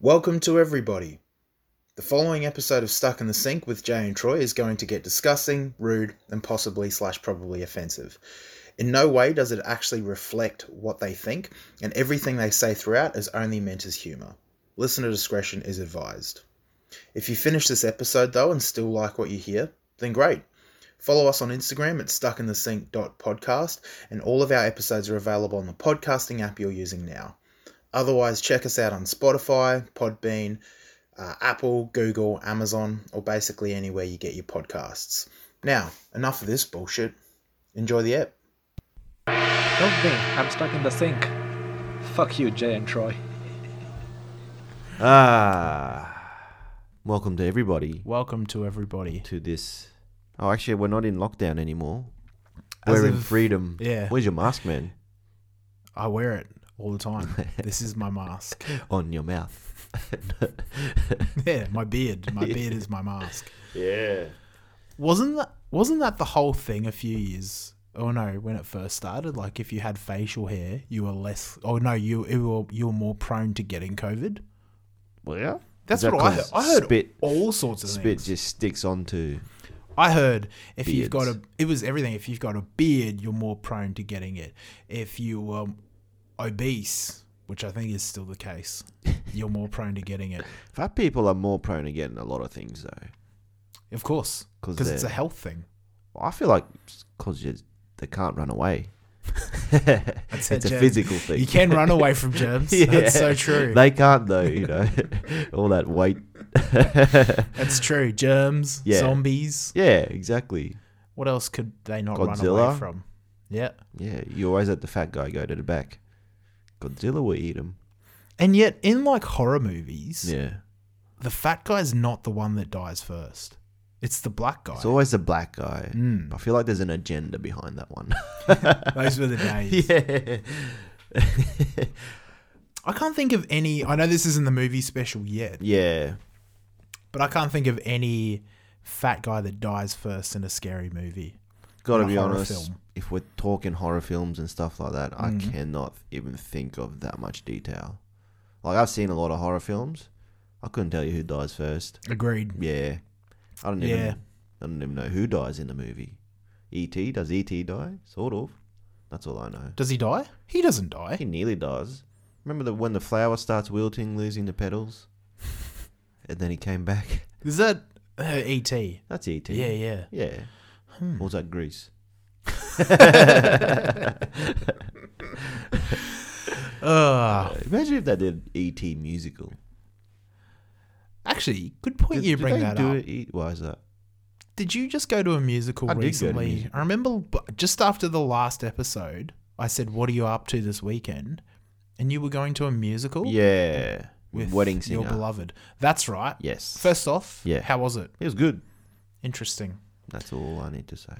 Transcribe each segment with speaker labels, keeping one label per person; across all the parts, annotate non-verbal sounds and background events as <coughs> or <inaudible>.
Speaker 1: Welcome to everybody. The following episode of Stuck in the Sink with Jay and Troy is going to get disgusting, rude, and possibly slash probably offensive. In no way does it actually reflect what they think, and everything they say throughout is only meant as humour. Listener discretion is advised. If you finish this episode though and still like what you hear, then great. Follow us on Instagram at stuckinthesync.podcast, and all of our episodes are available on the podcasting app you're using now. Otherwise, check us out on Spotify, Podbean, uh, Apple, Google, Amazon, or basically anywhere you get your podcasts. Now, enough of this bullshit. Enjoy the app.
Speaker 2: Help me, I'm stuck in the sink. Fuck you, Jay and Troy.
Speaker 3: Ah, welcome to everybody
Speaker 4: Welcome to everybody.
Speaker 3: to this. Oh, actually, we're not in lockdown anymore.
Speaker 4: As
Speaker 3: we're in
Speaker 4: of-
Speaker 3: freedom.
Speaker 4: yeah.
Speaker 3: Where's your mask, man?
Speaker 4: I wear it all the
Speaker 3: <laughs>
Speaker 4: time. this is my mask. <laughs>
Speaker 3: On your mouth.
Speaker 4: Yeah, my beard. My beard is my mask.
Speaker 3: yeah.
Speaker 4: Wasn't that wasn't that the whole thing a few years? Oh no, when it first started, like if you had facial hair, you were less. Oh no, you you were you were more prone to getting COVID.
Speaker 3: Well, yeah.
Speaker 4: That's
Speaker 3: Is that
Speaker 4: what I heard.
Speaker 3: 'cause
Speaker 4: I heard
Speaker 3: spit.
Speaker 4: all sorts of
Speaker 3: Spit
Speaker 4: things.
Speaker 3: just sticks onto.
Speaker 4: I heard if you've got
Speaker 3: Beards.
Speaker 4: a, it was everything. If you've got a beard, you're more prone to getting it. If you were obese, which I think is still the
Speaker 3: <laughs>
Speaker 4: case, you're more prone to getting it.
Speaker 3: Fat people are more prone to getting a lot of things, though.
Speaker 4: Of course,
Speaker 3: 'Cause
Speaker 4: because it's a
Speaker 3: they're-
Speaker 4: health thing.
Speaker 3: I feel like because they can't run away. <laughs> it's
Speaker 4: it,
Speaker 3: a
Speaker 4: Jen.
Speaker 3: physical
Speaker 4: <laughs>
Speaker 3: thing.
Speaker 4: You can run away from
Speaker 3: <laughs>
Speaker 4: germs. That's so true.
Speaker 3: They can't though, you know, <laughs> all that weight. <laughs>
Speaker 4: That's true. Germs,
Speaker 3: Yeah.
Speaker 4: zombies.
Speaker 3: yeah, exactly.
Speaker 4: What else could they not run away
Speaker 3: Godzilla?
Speaker 4: from? Yeah.
Speaker 3: Yeah, you always let the fat guy go to the back. Godzilla will eat him.
Speaker 4: And yet, in like horror movies,
Speaker 3: Yeah.
Speaker 4: the fat guy's not the one that dies first. It's the black guy.
Speaker 3: It's always the black guy.
Speaker 4: Mm.
Speaker 3: I feel like there's an agenda behind
Speaker 4: <laughs>
Speaker 3: that one.
Speaker 4: Those
Speaker 3: <laughs>
Speaker 4: were the days.
Speaker 3: yeah.
Speaker 4: I can't think of any. I know this isn't the movie special yet,
Speaker 3: yeah.
Speaker 4: but I can't think of any fat guy that dies first in a scary movie.
Speaker 3: Gotta
Speaker 4: In a
Speaker 3: be
Speaker 4: horror
Speaker 3: honest.
Speaker 4: film. Mm-hmm.
Speaker 3: If we're talking horror films and stuff like that, I cannot even think of that much detail. Like I've seen a lot of horror films. I couldn't tell you who dies first.
Speaker 4: Agreed.
Speaker 3: Yeah. I don't even
Speaker 4: Yeah.
Speaker 3: I don't even know who dies in the movie. E. T. Does E. T die? Sort of. That's all I know.
Speaker 4: Does he die? He doesn't die.
Speaker 3: He nearly does. Remember the when the flower starts wilting, losing
Speaker 4: <laughs>
Speaker 3: the petals, and then he came back.
Speaker 4: Is that uh, E.T.?
Speaker 3: That's E.T.
Speaker 4: Yeah, yeah. Hmm.
Speaker 3: yeah. Or was that
Speaker 4: <laughs>
Speaker 3: Greece?
Speaker 4: Uh,
Speaker 3: Imagine if they did E.T. musical.
Speaker 4: actually, good point
Speaker 3: Did-
Speaker 4: you
Speaker 3: did
Speaker 4: bring
Speaker 3: they
Speaker 4: that
Speaker 3: do
Speaker 4: up.
Speaker 3: it E- Why is that?
Speaker 4: Did you just go to a musical
Speaker 3: I did go to
Speaker 4: recently?
Speaker 3: music.
Speaker 4: I remember b- just after the last episode, I said, What are you up to this weekend? And you were going to a musical?
Speaker 3: Yeah,
Speaker 4: With
Speaker 3: wedding singer.
Speaker 4: Your beloved. That's right.
Speaker 3: Yes.
Speaker 4: First off,
Speaker 3: Yeah.
Speaker 4: how was it?
Speaker 3: it was good.
Speaker 4: Interesting.
Speaker 3: That's all I need to say.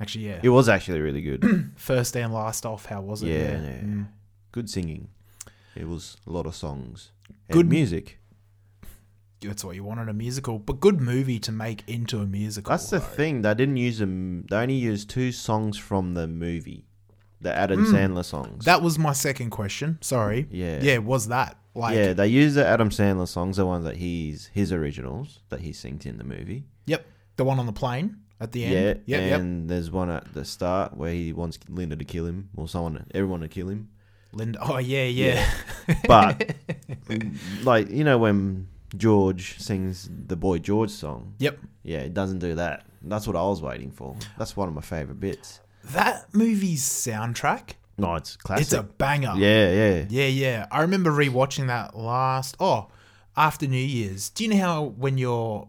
Speaker 4: Actually, yeah.
Speaker 3: It was actually
Speaker 4: <clears throat>
Speaker 3: really good.
Speaker 4: First and last off, how was it?
Speaker 3: yeah, yeah.
Speaker 4: Mm.
Speaker 3: good singing. It was a lot of songs. And
Speaker 4: Good-
Speaker 3: good music.
Speaker 4: That's what you want in a musical, but good movie to make into a musical.
Speaker 3: That's the
Speaker 4: though.
Speaker 3: thing. They didn't use them. They only used two songs from the movie, the Adam Sandler songs.
Speaker 4: Hmm. That was my second question. Sorry.
Speaker 3: Yeah.
Speaker 4: Yeah, was that like?
Speaker 3: yeah, they used the Adam Sandler songs, the ones that he's his originals that he sings in the movie.
Speaker 4: Yep. The one on the plane at the
Speaker 3: Yeah,
Speaker 4: end. Yep. yep.
Speaker 3: and there's one at the start where he wants Linda to kill him or someone, everyone to
Speaker 4: <laughs>
Speaker 3: kill him.
Speaker 4: Linda. Oh yeah, yeah.
Speaker 3: But like you know when George sings the Boy George song,
Speaker 4: yep.
Speaker 3: yeah, it doesn't do that. That's what I was waiting for. That's one of my favorite bits.
Speaker 4: That movie's soundtrack.
Speaker 3: No, it's classic.
Speaker 4: it's a banger.
Speaker 3: yeah, yeah,
Speaker 4: Yeah, yeah. I remember rewatching that last. Oh, after New Year's. Do you know how when you're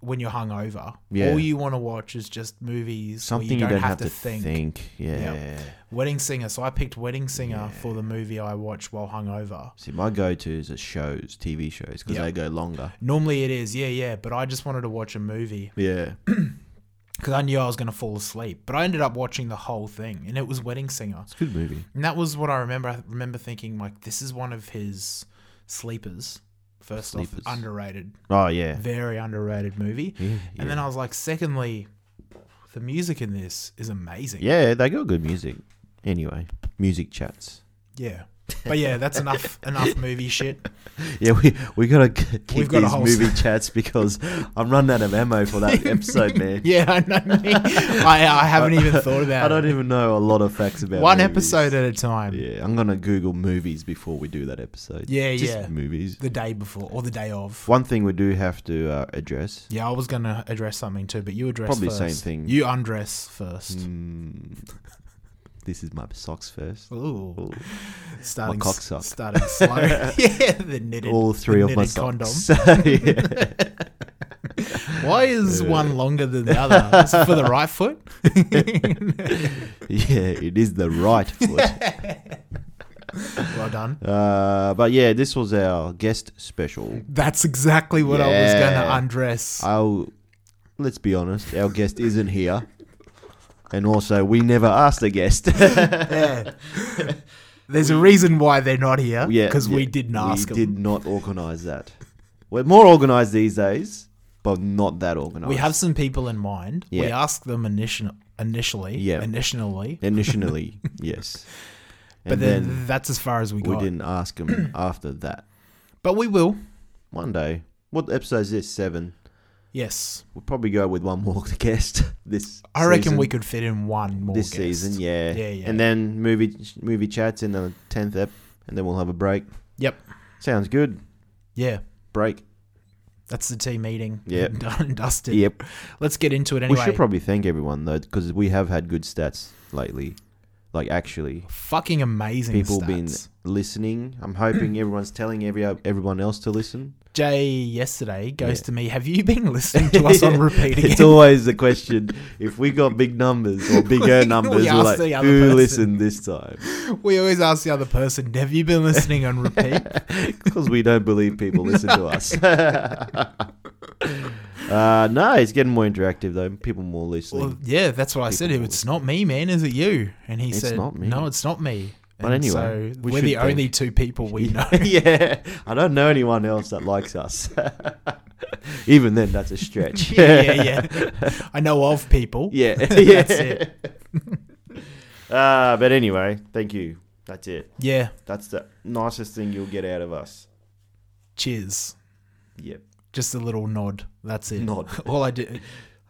Speaker 4: when you're hungover,
Speaker 3: Yeah.
Speaker 4: all you want to watch is just movies
Speaker 3: something
Speaker 4: where you don't, have, to, think.
Speaker 3: Yeah.
Speaker 4: Wedding Singer. So I picked Wedding Singer for the movie I watched while hungover.
Speaker 3: See, my go-to's are shows, TV shows, because
Speaker 4: Yeah.
Speaker 3: they go longer.
Speaker 4: Normally it is, yeah, yeah, but I just wanted to watch a movie
Speaker 3: Yeah.
Speaker 4: because I knew I was going to fall asleep. But I ended up watching the whole thing, and it was Wedding Singer.
Speaker 3: It's a good movie.
Speaker 4: And that was what I remember. I remember thinking, like, this is one of his sleepers. First
Speaker 3: Sleepers.
Speaker 4: off, underrated,
Speaker 3: Oh, yeah.
Speaker 4: very underrated movie.
Speaker 3: Yeah,
Speaker 4: And then I was like, secondly, the music in this is amazing. <laughs>
Speaker 3: Yeah, they got good music. Anyway, music chats.
Speaker 4: Yeah. But yeah, that's
Speaker 3: <laughs>
Speaker 4: enough enough movie shit.
Speaker 3: Yeah, we we gotta k- keep
Speaker 4: We've got a
Speaker 3: these
Speaker 4: whole
Speaker 3: movie
Speaker 4: <laughs>
Speaker 3: chats because I'm running out of ammo for that episode, man.
Speaker 4: Yeah, I know. me. <laughs> I, I haven't even thought about
Speaker 3: I don't
Speaker 4: it.
Speaker 3: even know a lot of facts about
Speaker 4: One
Speaker 3: movies.
Speaker 4: episode um, at a time.
Speaker 3: Yeah, I'm gonna Google movies before we do that episode.
Speaker 4: Yeah,
Speaker 3: Just
Speaker 4: yeah.
Speaker 3: movies.
Speaker 4: The day before or the day of.
Speaker 3: One thing we do have to uh, address.
Speaker 4: Yeah, I was gonna address something too, but you address
Speaker 3: Probably
Speaker 4: first.
Speaker 3: same thing.
Speaker 4: You undress first. <laughs>
Speaker 3: Mm, this is my socks first.
Speaker 4: Ooh,
Speaker 3: Ooh.
Speaker 4: starting
Speaker 3: cock
Speaker 4: s-
Speaker 3: suck.
Speaker 4: starting
Speaker 3: <laughs>
Speaker 4: slow. <laughs> yeah, the knitted
Speaker 3: All three
Speaker 4: the
Speaker 3: of my
Speaker 4: knitted
Speaker 3: <laughs>
Speaker 4: condom.
Speaker 3: socks. Yeah. <laughs>
Speaker 4: Why is one longer than the other? Is it for the right foot? <laughs>
Speaker 3: yeah, it is
Speaker 4: <laughs>
Speaker 3: the right foot.
Speaker 4: well done.
Speaker 3: Uh, but yeah, this was our guest special.
Speaker 4: That's exactly what I was going to
Speaker 3: Yeah.
Speaker 4: undress.
Speaker 3: I'll let's be honest, our guest isn't here, and also we never asked a guest. <laughs>
Speaker 4: yeah. There's a reason why they're not here.
Speaker 3: yeah,
Speaker 4: because we
Speaker 3: yeah,
Speaker 4: didn't ask
Speaker 3: We
Speaker 4: them.
Speaker 3: did not organise that. We're more organised these days, but not that organised.
Speaker 4: We have some people in mind. We
Speaker 3: Yeah.
Speaker 4: asked them initially, initially,
Speaker 3: Yeah.
Speaker 4: initially, <laughs>
Speaker 3: initially, yes,
Speaker 4: but
Speaker 3: and
Speaker 4: then,
Speaker 3: then,
Speaker 4: that's as far as we
Speaker 3: we
Speaker 4: got.
Speaker 3: didn't
Speaker 4: <clears throat>
Speaker 3: ask him after that.
Speaker 4: But we will.
Speaker 3: One day, what episode is this? Seven.
Speaker 4: Yes,
Speaker 3: We'll probably go with one more <laughs> guest this.
Speaker 4: I reckon
Speaker 3: season.
Speaker 4: we could fit in one more
Speaker 3: this
Speaker 4: guest.
Speaker 3: season, yeah.
Speaker 4: Yeah, yeah.
Speaker 3: And then movie movie chats in the tenth ep, and then we'll have a break.
Speaker 4: Yep.
Speaker 3: Sounds good.
Speaker 4: Yeah,
Speaker 3: Break.
Speaker 4: that's the team meeting. <laughs>
Speaker 3: Yep.
Speaker 4: done and dusted.
Speaker 3: Yep.
Speaker 4: Let's get into it anyway.
Speaker 3: We should probably thank everyone though, because we have had good stats lately. Like actually,
Speaker 4: Fucking amazing.
Speaker 3: people
Speaker 4: stats.
Speaker 3: been listening. I'm
Speaker 4: <clears throat>
Speaker 3: hoping everyone's telling every everyone else to listen.
Speaker 4: Jay yesterday goes to me. Have you been
Speaker 3: <laughs>
Speaker 4: listening to us on repeat again? <laughs>
Speaker 3: It's always the question: if we got big numbers or bigger
Speaker 4: We
Speaker 3: numbers, we're
Speaker 4: ask
Speaker 3: like,
Speaker 4: the
Speaker 3: who
Speaker 4: other person."
Speaker 3: listened this time?
Speaker 4: <laughs> we always ask the other person, "Have you been listening
Speaker 3: <laughs>
Speaker 4: on repeat?"
Speaker 3: Because we don't believe people listen to us. uh, no, it's getting more interactive though. People more listening.
Speaker 4: Well, yeah, that's what I said.
Speaker 3: People
Speaker 4: It's not me, man. Is it you? And he
Speaker 3: It's
Speaker 4: said,
Speaker 3: not me.
Speaker 4: "No, it's not me."
Speaker 3: But
Speaker 4: And
Speaker 3: anyway,
Speaker 4: so
Speaker 3: we
Speaker 4: we're the
Speaker 3: should thank-
Speaker 4: only two people we know.
Speaker 3: <laughs>
Speaker 4: <laughs>
Speaker 3: yeah, I don't know anyone else that likes us. <laughs> Even then, that's a stretch.
Speaker 4: <laughs> yeah, yeah, yeah. I know of people.
Speaker 3: yeah, yeah.
Speaker 4: That's it.
Speaker 3: <laughs> Uh, but anyway, thank you. That's it.
Speaker 4: Yeah.
Speaker 3: That's the nicest thing you'll get out of us.
Speaker 4: Cheers.
Speaker 3: Yep,
Speaker 4: Just a little nod. That's it.
Speaker 3: Nod.
Speaker 4: <laughs> All I did,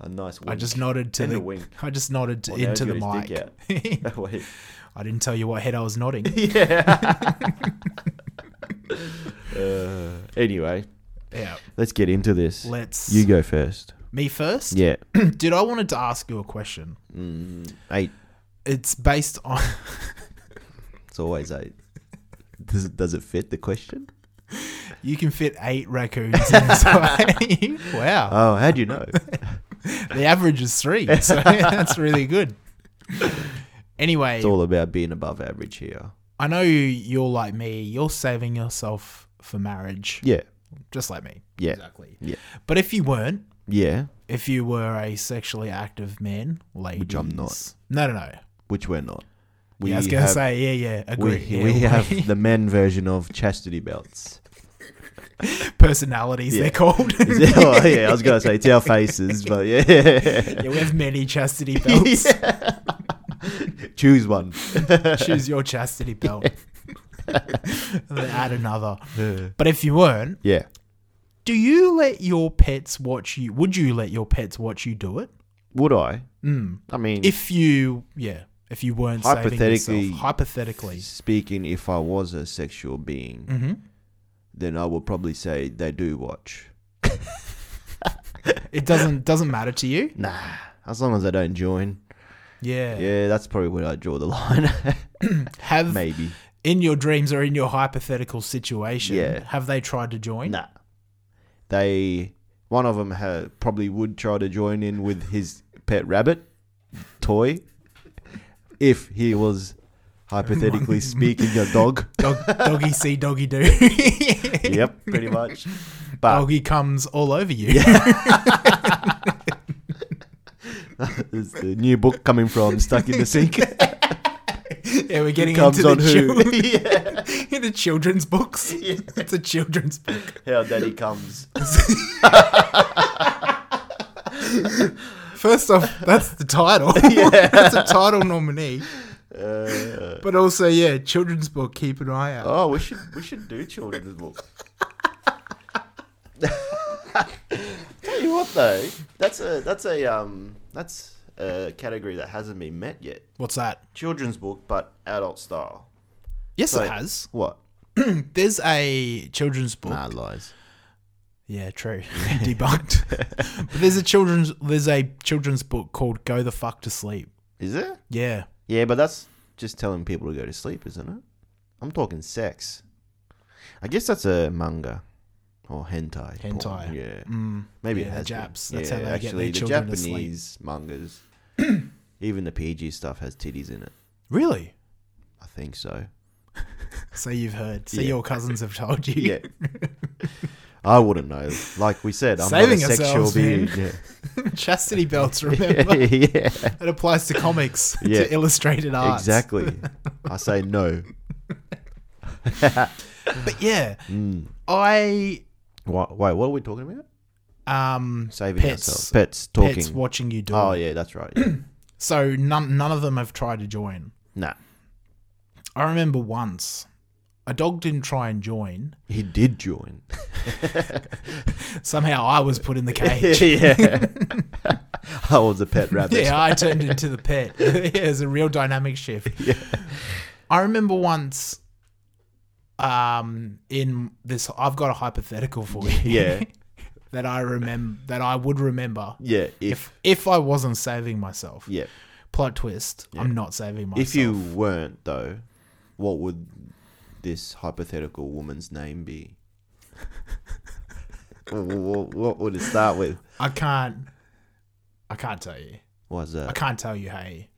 Speaker 3: a nice. Wink.
Speaker 4: I just nodded to
Speaker 3: And a
Speaker 4: the.
Speaker 3: wink.
Speaker 4: I just nodded
Speaker 3: Well, now he's
Speaker 4: into the
Speaker 3: got his
Speaker 4: mic.
Speaker 3: <laughs> That way.
Speaker 4: <laughs> I didn't tell you what head I was nodding.
Speaker 3: <laughs> yeah. uh, anyway,
Speaker 4: yeah.
Speaker 3: let's get into this.
Speaker 4: Let's.
Speaker 3: you go first.
Speaker 4: me first.
Speaker 3: Yeah.
Speaker 4: <clears throat> Dude, I wanted to ask you a question.
Speaker 3: Mm, eight.
Speaker 4: It's based on. <laughs>
Speaker 3: It's always eight. Does it, does it fit the question?
Speaker 4: You can fit eight raccoons
Speaker 3: <laughs>
Speaker 4: inside. <laughs> wow.
Speaker 3: Oh, how do you know?
Speaker 4: The average is three, so <laughs> that's really good. Anyway,
Speaker 3: <laughs> It's all about being above average here.
Speaker 4: I know you're like me. You're saving yourself for marriage,
Speaker 3: Yeah.
Speaker 4: just like me.
Speaker 3: Yeah.
Speaker 4: Exactly.
Speaker 3: Yeah.
Speaker 4: But if you weren't,
Speaker 3: Yeah.
Speaker 4: if you were a sexually active man, ladies,
Speaker 3: Which I'm not.
Speaker 4: No, no, no.
Speaker 3: Which we're not. We
Speaker 4: yeah, I was gonna
Speaker 3: have,
Speaker 4: say, yeah, yeah, agree.
Speaker 3: we,
Speaker 4: yeah,
Speaker 3: we have the men version of chastity belts.
Speaker 4: <laughs> personalities. They're called.
Speaker 3: Is it- <laughs> oh, yeah, I was gonna say it's our faces, but <laughs> yeah.
Speaker 4: <laughs> yeah, we have many
Speaker 3: <laughs>
Speaker 4: chastity belts.
Speaker 3: Choose one.
Speaker 4: Choose your chastity belt. <laughs> and then add another. But if you weren't,
Speaker 3: Yeah.
Speaker 4: do you let your pets watch you? Would you let your pets watch you do it?
Speaker 3: Would I? I mean,
Speaker 4: Hmm. If you, yeah, if you weren't hypothetically,
Speaker 3: Hypothetically-
Speaker 4: hypothetically,
Speaker 3: speaking, if I was a sexual being,
Speaker 4: Mm-hmm.
Speaker 3: then I would probably say they do watch.
Speaker 4: it doesn't doesn't matter to you.
Speaker 3: Nah, as long as they don't join.
Speaker 4: Yeah.
Speaker 3: Yeah, that's probably where I draw the <laughs> line.
Speaker 4: Have
Speaker 3: Maybe.
Speaker 4: in your dreams or in your hypothetical situation,
Speaker 3: Yeah.
Speaker 4: have they tried to join?
Speaker 3: Nah. They one of them ha, probably would try to join in with his pet rabbit toy if he was <laughs> hypothetically speaking a dog. <laughs>
Speaker 4: Dog, doggy see, doggy do.
Speaker 3: yep, pretty much. Oh, But
Speaker 4: Doggy comes all over you.
Speaker 3: it's the new book coming from Stuck in the Sink.
Speaker 4: <laughs> Yeah, we're getting
Speaker 3: comes
Speaker 4: into the,
Speaker 3: on who?
Speaker 4: chil- <laughs> into children's books.
Speaker 3: <laughs>
Speaker 4: It's a children's book.
Speaker 3: <laughs> How daddy comes. <laughs>
Speaker 4: <laughs> First off, that's the title. that's a title nominee.
Speaker 3: Uh, Yeah.
Speaker 4: But also, yeah, children's book. Keep an eye out.
Speaker 3: Oh, we should we should do children's book. Tell you what though, that's a that's a um that's a category that hasn't been met yet.
Speaker 4: What's that?
Speaker 3: Children's book, but adult style.
Speaker 4: Yes,
Speaker 3: So-
Speaker 4: it has. <clears throat>
Speaker 3: What?
Speaker 4: There's a children's book.
Speaker 3: Nah, lies.
Speaker 4: Yeah,
Speaker 3: <laughs>
Speaker 4: true. <laughs> Debunked. but there's a children's there's a children's book called Go the Fuck to Sleep.
Speaker 3: Is it?
Speaker 4: Yeah.
Speaker 3: Yeah, but that's just telling people to go to sleep, isn't it? I'm talking sex. I guess that's a manga or hentai. porn,
Speaker 4: Hentai.
Speaker 3: Yeah.
Speaker 4: Mm.
Speaker 3: Maybe
Speaker 4: Yeah,
Speaker 3: it
Speaker 4: the
Speaker 3: has been.
Speaker 4: Japs, that's how they get their
Speaker 3: actually, the
Speaker 4: children to sleep.
Speaker 3: Japanese
Speaker 4: <clears throat>
Speaker 3: mangas, even the PG stuff has titties in it.
Speaker 4: Really?
Speaker 3: I
Speaker 4: <laughs>
Speaker 3: think so.
Speaker 4: So you've heard. So
Speaker 3: Yeah.
Speaker 4: your cousins have told you.
Speaker 3: Yeah. I wouldn't know. Like we said, I'm
Speaker 4: Saving
Speaker 3: not a sexual
Speaker 4: ourselves, man.
Speaker 3: being.
Speaker 4: <laughs>
Speaker 3: Yeah.
Speaker 4: <laughs>
Speaker 3: <laughs>
Speaker 4: Chastity belts, remember?
Speaker 3: yeah.
Speaker 4: It applies to
Speaker 3: <laughs>
Speaker 4: comics,
Speaker 3: Yeah.
Speaker 4: to illustrated art. <laughs>
Speaker 3: Exactly. I say no.
Speaker 4: But yeah,
Speaker 3: Mm.
Speaker 4: I
Speaker 3: Why, wait, what are we talking about?
Speaker 4: um
Speaker 3: Saving
Speaker 4: pets,
Speaker 3: ourselves. Pets talking.
Speaker 4: pets watching you do.
Speaker 3: oh,
Speaker 4: it.
Speaker 3: yeah,
Speaker 4: <clears throat>
Speaker 3: that's right. yeah.
Speaker 4: So none none of them have tried to join.
Speaker 3: nah.
Speaker 4: I remember once a dog didn't try and join.
Speaker 3: He
Speaker 4: <laughs>
Speaker 3: did join. <laughs>
Speaker 4: Somehow I was put in the cage.
Speaker 3: yeah. <laughs> I was a pet rabbit.
Speaker 4: Yeah, I turned into the
Speaker 3: <laughs>
Speaker 4: pet. <laughs> yeah, it's a real dynamic shift. I remember once um in this I've got a hypothetical for you.
Speaker 3: Yeah.
Speaker 4: <laughs> that I remember that I would remember
Speaker 3: Yeah, if
Speaker 4: if if I wasn't saving myself.
Speaker 3: yeah,
Speaker 4: Plot twist, I'm not saving myself.
Speaker 3: if you weren't though, what would this hypothetical woman's name be? <laughs> what, what would it start with?
Speaker 4: I can't I can't tell you.
Speaker 3: Was
Speaker 4: I
Speaker 3: that
Speaker 4: can't tell you, hey.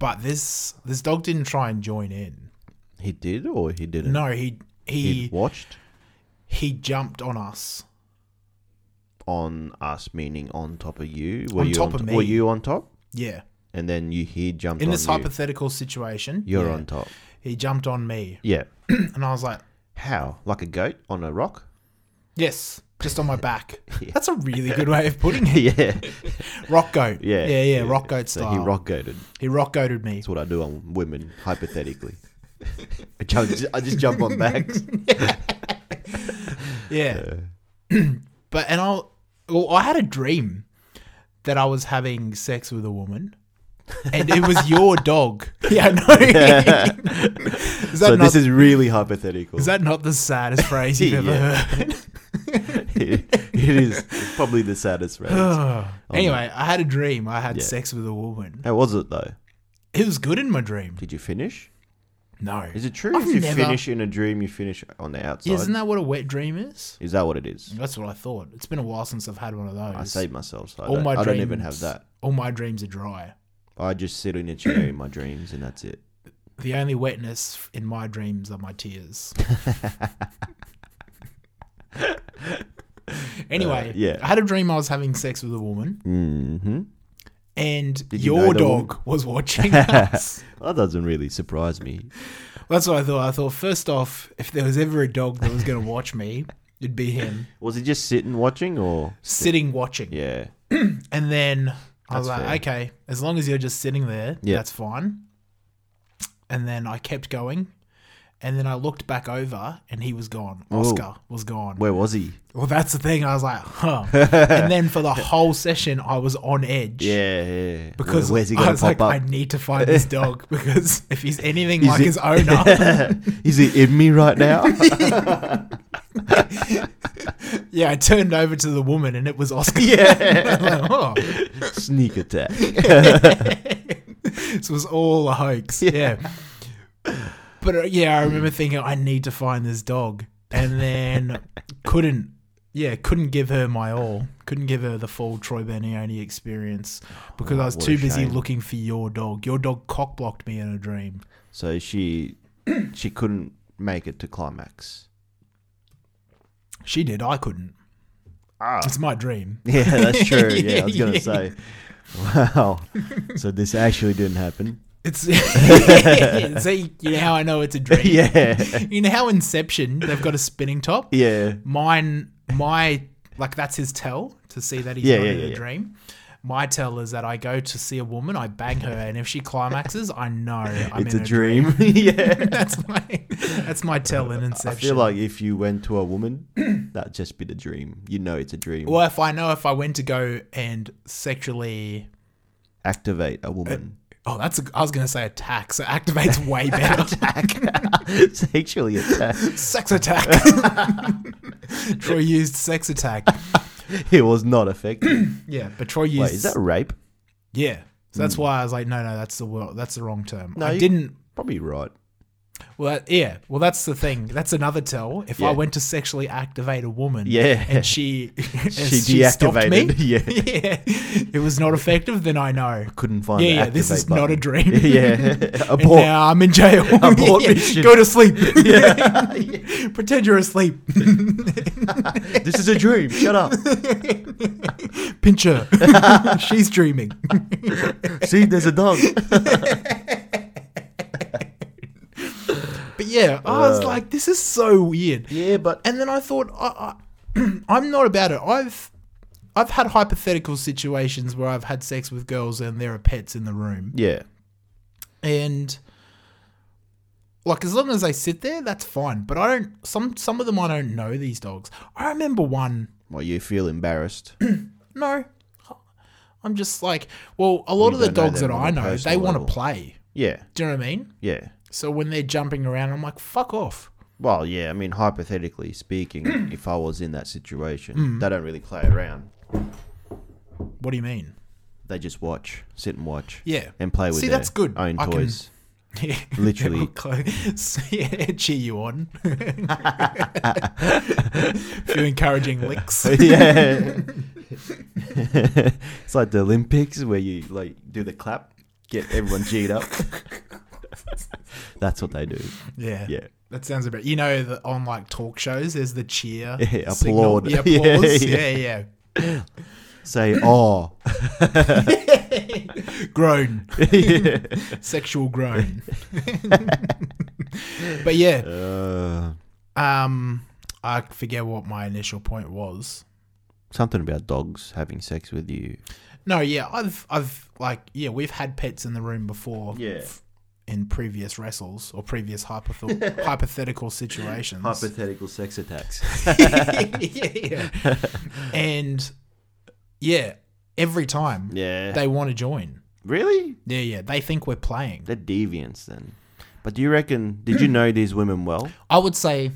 Speaker 4: But this this dog didn't try and join in.
Speaker 3: he did or he didn't?
Speaker 4: No, he
Speaker 3: he
Speaker 4: he
Speaker 3: watched
Speaker 4: he jumped on us.
Speaker 3: on us, meaning on top of you. Were
Speaker 4: On
Speaker 3: you
Speaker 4: top
Speaker 3: on
Speaker 4: of
Speaker 3: t- Were
Speaker 4: me.
Speaker 3: you on top?
Speaker 4: Yeah.
Speaker 3: And then you he jumped
Speaker 4: In
Speaker 3: on
Speaker 4: this
Speaker 3: you.
Speaker 4: hypothetical situation,
Speaker 3: You're
Speaker 4: yeah,
Speaker 3: on top.
Speaker 4: He jumped on me, <clears throat>
Speaker 3: Yeah.
Speaker 4: and I was like,
Speaker 3: How? Like a goat on a
Speaker 4: <laughs>
Speaker 3: rock? <laughs>
Speaker 4: "Yes, just on my back." That's a really good way of putting it.
Speaker 3: <laughs> yeah.
Speaker 4: Rock goat.
Speaker 3: Yeah.
Speaker 4: yeah, yeah. Rock goat
Speaker 3: So
Speaker 4: style.
Speaker 3: he rock goated.
Speaker 4: He rock goated me.
Speaker 3: That's what I do on women, hypothetically. <laughs> I, jump, I just jump on backs.
Speaker 4: Yeah. <clears throat> but and I, well, I had a dream that I was having sex with a woman, and it was
Speaker 3: <laughs>
Speaker 4: your dog. Yeah, no. <laughs> is that
Speaker 3: so
Speaker 4: not
Speaker 3: this is really hypothetical.
Speaker 4: is that not the saddest phrase you've ever
Speaker 3: <laughs> Yeah.
Speaker 4: heard?
Speaker 3: <laughs> it is it's probably the saddest race.
Speaker 4: <sighs> anyway, I had a dream. I had
Speaker 3: Oh, Yeah.
Speaker 4: sex with a woman.
Speaker 3: How was it though?
Speaker 4: It was good in my dream.
Speaker 3: Did you finish?
Speaker 4: No.
Speaker 3: Is it true
Speaker 4: I've
Speaker 3: if you
Speaker 4: never-
Speaker 3: finish in a dream, you finish on the outside?
Speaker 4: Isn't that what a wet dream is?
Speaker 3: Is that what it is?
Speaker 4: That's what I thought. It's been a while since I've had one of those.
Speaker 3: I saved myself, so I,
Speaker 4: all
Speaker 3: don't,
Speaker 4: my
Speaker 3: I
Speaker 4: dreams,
Speaker 3: don't even have that.
Speaker 4: All my dreams are dry.
Speaker 3: I just sit in a chair in my dreams, and that's it.
Speaker 4: The only wetness in my dreams are my
Speaker 3: <laughs>
Speaker 4: tears. <laughs> anyway,
Speaker 3: Uh, yeah.
Speaker 4: I had a dream I was having sex with a woman,
Speaker 3: Mm-hmm.
Speaker 4: and
Speaker 3: you
Speaker 4: your
Speaker 3: know the woman?
Speaker 4: dog was
Speaker 3: <laughs>
Speaker 4: watching us.
Speaker 3: That doesn't really surprise me.
Speaker 4: That's what I thought. I thought first off, if there was ever a dog that was going to watch me, it'd be him
Speaker 3: <laughs> Was it just sitting watching, or
Speaker 4: sitting watching.
Speaker 3: yeah,
Speaker 4: And then I was
Speaker 3: That's
Speaker 4: like, okay, as long as you're just sitting there,
Speaker 3: Yeah.
Speaker 4: that's fine. And then I kept going. And then I looked back over and he was gone. Oscar was gone.
Speaker 3: Oh. where was he?
Speaker 4: Well, that's the thing. I was like,
Speaker 3: <laughs>
Speaker 4: huh. and then for the whole session, I was on edge.
Speaker 3: Yeah, yeah.
Speaker 4: Because
Speaker 3: Where- where's he
Speaker 4: I
Speaker 3: gonna
Speaker 4: was
Speaker 3: pop
Speaker 4: like, I
Speaker 3: up?
Speaker 4: need to find this
Speaker 3: <laughs>
Speaker 4: dog because if he's anything like
Speaker 3: it-
Speaker 4: his
Speaker 3: <laughs>
Speaker 4: owner, <laughs>
Speaker 3: Is he in me right now?
Speaker 4: yeah, I turned over to the woman and it was Oscar. Yeah, <laughs> like, oh,
Speaker 3: Sneak attack.
Speaker 4: <laughs> this was all a hoax. Yeah. But uh, yeah, I remember thinking I need to find this dog, and then couldn't. Yeah, couldn't give her my all. Couldn't give her the full Troy Banioni experience because I was
Speaker 3: Ah, what
Speaker 4: too
Speaker 3: a
Speaker 4: busy
Speaker 3: shame.
Speaker 4: looking for your dog. Your dog cockblocked me in a dream.
Speaker 3: So she she couldn't make it to climax.
Speaker 4: She did. I couldn't.
Speaker 3: Ah.
Speaker 4: It's my dream.
Speaker 3: <laughs> Yeah, <laughs> that's true. Yeah, I was gonna say. Wow. So this actually didn't happen.
Speaker 4: It's <laughs> see, you know how I know it's a dream.
Speaker 3: <laughs> Yeah.
Speaker 4: You know how Inception they've got a spinning top.
Speaker 3: Yeah.
Speaker 4: Mine, my like that's his tell to see that he's
Speaker 3: Yeah,
Speaker 4: not
Speaker 3: yeah,
Speaker 4: in
Speaker 3: yeah,
Speaker 4: a
Speaker 3: yeah.
Speaker 4: dream.
Speaker 2: My tell is that I go to see a woman, I bang her, and if she climaxes, I
Speaker 3: <laughs>
Speaker 2: know I'm
Speaker 3: it's
Speaker 2: in
Speaker 3: a dream. <laughs>
Speaker 2: <laughs>
Speaker 3: yeah.
Speaker 2: that's my that's my tell in Inception.
Speaker 3: I feel like if you went to a woman, <clears throat> that'd just be the dream. You know it's a dream.
Speaker 2: well, if I know if I went to go and sexually,
Speaker 3: Activate a
Speaker 2: <laughs>
Speaker 3: woman.
Speaker 2: oh, that's a, I was gonna say attack. So
Speaker 3: <laughs>
Speaker 2: activates way better.
Speaker 3: Sexually <laughs>
Speaker 2: <laughs>
Speaker 3: attack.
Speaker 2: sex
Speaker 3: <laughs>
Speaker 2: attack. Troy used sex attack.
Speaker 3: It was
Speaker 2: <clears throat>
Speaker 3: not effective.
Speaker 2: Yeah, but Troy used
Speaker 3: Wait, is that rape?
Speaker 2: yeah. So that's why I was like, no, no, that's the wo- that's the wrong term.
Speaker 3: No,
Speaker 2: I
Speaker 3: you-
Speaker 2: didn't.
Speaker 3: Probably right.
Speaker 2: Well, that- yeah. Well, that's the thing. That's another tell. If
Speaker 3: Yeah.
Speaker 2: I went to sexually activate a woman,
Speaker 3: Yeah.
Speaker 2: and she <laughs> and
Speaker 3: She
Speaker 2: she, stopped me,
Speaker 3: deactivated, <laughs> yeah.
Speaker 2: <laughs> yeah, it was not effective. Then I know.
Speaker 3: Couldn't find
Speaker 2: Yeah,
Speaker 3: the
Speaker 2: yeah. This
Speaker 3: activate
Speaker 2: is not a
Speaker 3: button. <laughs>
Speaker 2: dream. <laughs>
Speaker 3: yeah.
Speaker 2: And
Speaker 3: Abort.
Speaker 2: now I'm in
Speaker 3: <laughs>
Speaker 2: jail. <laughs>
Speaker 3: Abort
Speaker 2: Yeah,
Speaker 3: mission.
Speaker 2: Go to
Speaker 3: <laughs>
Speaker 2: sleep. <laughs> Pretend you're asleep.
Speaker 3: This is a dream. Shut up.
Speaker 2: <laughs> Pinch
Speaker 3: <laughs>
Speaker 2: her. <laughs> She's dreaming. <laughs>
Speaker 3: See, there's a dog.
Speaker 2: But yeah, I was like, this is so weird.
Speaker 3: Yeah, but
Speaker 2: And then I thought, I, I, <clears throat> I'm not about it. I've I've had hypothetical situations where I've had sex with girls and there are pets in the room,
Speaker 3: yeah,
Speaker 2: and like as long as they sit there, that's fine. But I don't. Some some of them I don't know these dogs. I remember one.
Speaker 3: well, you feel embarrassed. <clears throat>
Speaker 2: No, I'm just like, well, a lot
Speaker 3: You
Speaker 2: of the
Speaker 3: don't know
Speaker 2: dogs
Speaker 3: them
Speaker 2: that
Speaker 3: on
Speaker 2: I
Speaker 3: a
Speaker 2: know, they
Speaker 3: personal
Speaker 2: want
Speaker 3: level.
Speaker 2: to play.
Speaker 3: Yeah,
Speaker 2: Do you know what I mean?
Speaker 3: yeah.
Speaker 2: So when they're jumping around, I'm like, fuck off.
Speaker 3: Well, yeah. I mean, hypothetically
Speaker 2: <clears throat>
Speaker 3: speaking, if I was in that situation,
Speaker 2: Mm.
Speaker 3: they don't really play around.
Speaker 2: What do you mean?
Speaker 3: They just watch, sit and watch.
Speaker 2: Yeah.
Speaker 3: and play with
Speaker 2: See,
Speaker 3: their
Speaker 2: that's good.
Speaker 3: own
Speaker 2: I can- <laughs>
Speaker 3: toys. <laughs>
Speaker 2: Yeah.
Speaker 3: Literally.
Speaker 2: <laughs> Close. yeah, cheer you on. a <laughs> few encouraging licks.
Speaker 3: <laughs> yeah. it's like the Olympics where you like do the clap, get everyone G'd
Speaker 2: <laughs>
Speaker 3: up. That's what they do.
Speaker 2: Yeah.
Speaker 3: Yeah.
Speaker 2: That sounds about. You know, the, on like talk shows, there's the cheer.
Speaker 3: <laughs> Yeah,
Speaker 2: signal.
Speaker 3: applaud.
Speaker 2: Yeah,
Speaker 3: <laughs> Yeah,
Speaker 2: applause.
Speaker 3: yeah.
Speaker 2: Yeah, yeah.
Speaker 3: Say oh. <laughs>
Speaker 2: <laughs> Groan.
Speaker 3: Yeah.
Speaker 2: <laughs> Sexual groan. <laughs> but yeah,
Speaker 3: Uh,
Speaker 2: um, I forget what my initial point was.
Speaker 3: something about dogs having sex with you.
Speaker 2: No, yeah, I've, I've like, yeah, we've had pets in the room before. f- in previous wrestles or previous
Speaker 3: <laughs>
Speaker 2: hypothe- hypothetical situations.
Speaker 3: Hypothetical sex attacks.
Speaker 2: <laughs> yeah. And yeah, every time
Speaker 3: <laughs> yeah.
Speaker 2: they want to join.
Speaker 3: really?
Speaker 2: Yeah, yeah. They think we're playing.
Speaker 3: They're deviants then. But do you reckon? Did you know these
Speaker 2: <clears throat>
Speaker 3: women well?
Speaker 2: I would say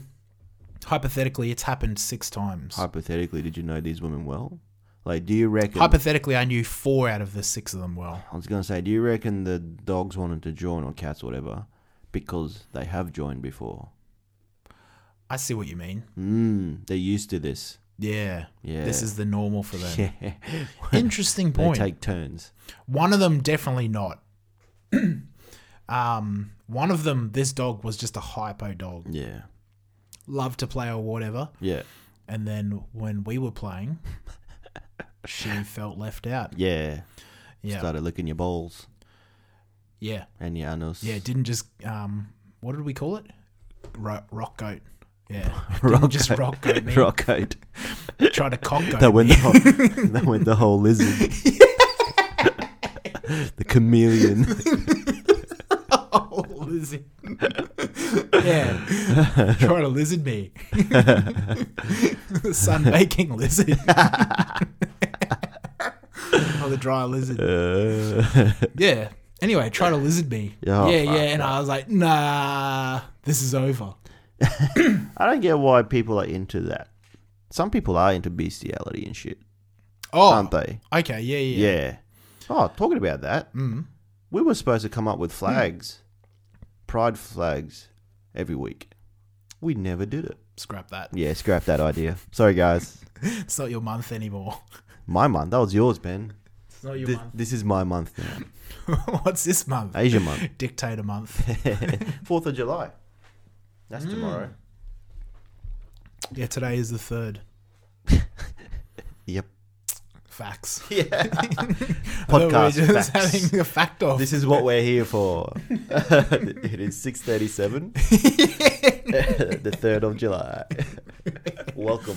Speaker 2: hypothetically it's happened 6 times.
Speaker 3: Hypothetically, did you know these women well? Like, do you reckon?
Speaker 2: hypothetically I knew 4 out of the 6 of them well.
Speaker 3: I was gonna say, do you reckon the dogs wanted to join or cats or whatever because they have joined before?
Speaker 2: I see what you mean.
Speaker 3: Mm, they're used to this.
Speaker 2: Yeah.
Speaker 3: Yeah.
Speaker 2: This is the normal for them.
Speaker 3: <laughs> Yeah,
Speaker 2: Interesting
Speaker 3: they
Speaker 2: point.
Speaker 3: take turns.
Speaker 2: One of them definitely not. <clears throat> um, one of them, this dog was just a hypo dog,
Speaker 3: Yeah,
Speaker 2: loved to play or whatever.
Speaker 3: yeah,
Speaker 2: And then when we were
Speaker 3: <laughs>
Speaker 2: playing, she felt left out.
Speaker 3: yeah.
Speaker 2: Yeah,
Speaker 3: Started licking your balls
Speaker 2: yeah,
Speaker 3: and your anus. <laughs>
Speaker 2: yeah. it Didn't just um, what did we call it? Ro- rock goat. Yeah,
Speaker 3: <laughs> Rock
Speaker 2: rock just
Speaker 3: goat.
Speaker 2: rock
Speaker 3: <laughs>
Speaker 2: goat. Me.
Speaker 3: rock coat.
Speaker 2: Try to cock goat.
Speaker 3: That went the whole, <laughs> that went the whole lizard. the <laughs> chameleon.
Speaker 2: <laughs> oh, lizard. <laughs> yeah, try to lizard me. <laughs> Sunbaking lizard. <laughs> oh, the dry lizard.
Speaker 3: Uh,
Speaker 2: Yeah. Anyway, try to lizard me.
Speaker 3: Yeah, Oh,
Speaker 2: yeah,
Speaker 3: fuck
Speaker 2: yeah. And I was like, nah, this is over.
Speaker 3: I don't get why people are into that. Some people are into bestiality and shit,
Speaker 2: Oh,
Speaker 3: aren't they?
Speaker 2: okay. Yeah, yeah.
Speaker 3: Yeah. Oh, talking about that,
Speaker 2: Mm.
Speaker 3: we were supposed to come up with flags, pride flags, every week. We never did it.
Speaker 2: Scrap that.
Speaker 3: Yeah, scrap that idea. Sorry, guys.
Speaker 2: It's not your month anymore.
Speaker 3: My month. That was yours, Ben.
Speaker 2: It's not your
Speaker 3: This, this is my month now.
Speaker 2: month. <laughs> What's this month?
Speaker 3: Asia month.
Speaker 2: Dictator month.
Speaker 3: <laughs> Fourth of July. Mm. That's tomorrow.
Speaker 2: yeah, today is the third.
Speaker 3: Yep.
Speaker 2: Facts.
Speaker 3: <laughs>
Speaker 2: <laughs>
Speaker 3: Yeah.
Speaker 2: Although <laughs> we're
Speaker 3: Podcast
Speaker 2: just
Speaker 3: facts. <laughs>
Speaker 2: having a fact off.
Speaker 3: This is what we're here for. <laughs> it
Speaker 2: <laughs>
Speaker 3: is <laughs> 6.37, <laughs> the 3rd of July. Welcome.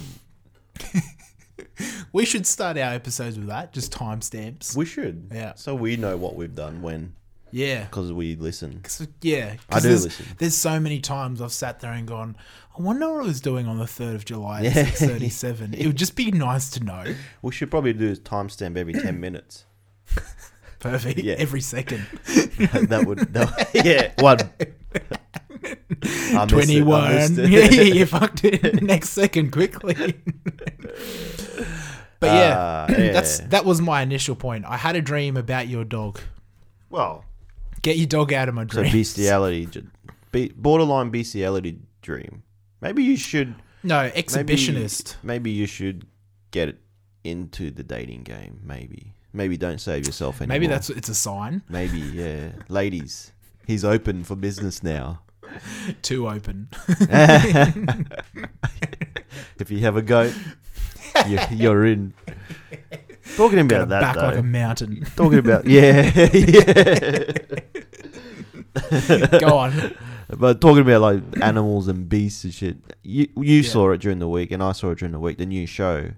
Speaker 2: We should start our episodes with that, just timestamps.
Speaker 3: We should.
Speaker 2: Yeah.
Speaker 3: So we know what we've done when
Speaker 2: Yeah.
Speaker 3: because we listen.
Speaker 2: 'Cause- yeah. 'cause
Speaker 3: I do
Speaker 2: there's,
Speaker 3: listen.
Speaker 2: There's so many times I've sat there and gone, I wonder what I was doing on the 3rd of July at 637. It would just be nice to know.
Speaker 3: We should probably do a timestamp every 10 minutes. <laughs>
Speaker 2: Perfect.
Speaker 3: Yeah.
Speaker 2: Every second.
Speaker 3: that would, <laughs> that, yeah, one. I missed it, I
Speaker 2: 21. <laughs>
Speaker 3: missed it.
Speaker 2: yeah,
Speaker 3: <laughs>
Speaker 2: you fucked it <laughs> next second quickly. <laughs> but yeah,
Speaker 3: Ah,
Speaker 2: <clears throat>
Speaker 3: yeah.
Speaker 2: that's that was my initial point. I had a dream about your dog.
Speaker 3: Well,
Speaker 2: Get your dog out of my
Speaker 3: so
Speaker 2: dream.
Speaker 3: bestiality, ju- be, borderline bestiality dream. Maybe you should.
Speaker 2: <laughs> no,
Speaker 3: Maybe,
Speaker 2: exhibitionist.
Speaker 3: maybe you should get it into the dating game. Maybe. Maybe don't save yourself anymore.
Speaker 2: Maybe, that's it's a sign.
Speaker 3: Maybe, yeah. Ladies, he's open for business
Speaker 2: <laughs>
Speaker 3: now.
Speaker 2: Too open.
Speaker 3: If you have a goat, you, you're in. Talking about that,
Speaker 2: Back
Speaker 3: though.
Speaker 2: like a
Speaker 3: <laughs>
Speaker 2: mountain. <laughs>
Speaker 3: Talking about yeah, <laughs> yeah.
Speaker 2: Go on.
Speaker 3: But talking about like animals and beasts and shit. You you
Speaker 2: Yeah.
Speaker 3: saw it during the week, and I saw it during the week. The new show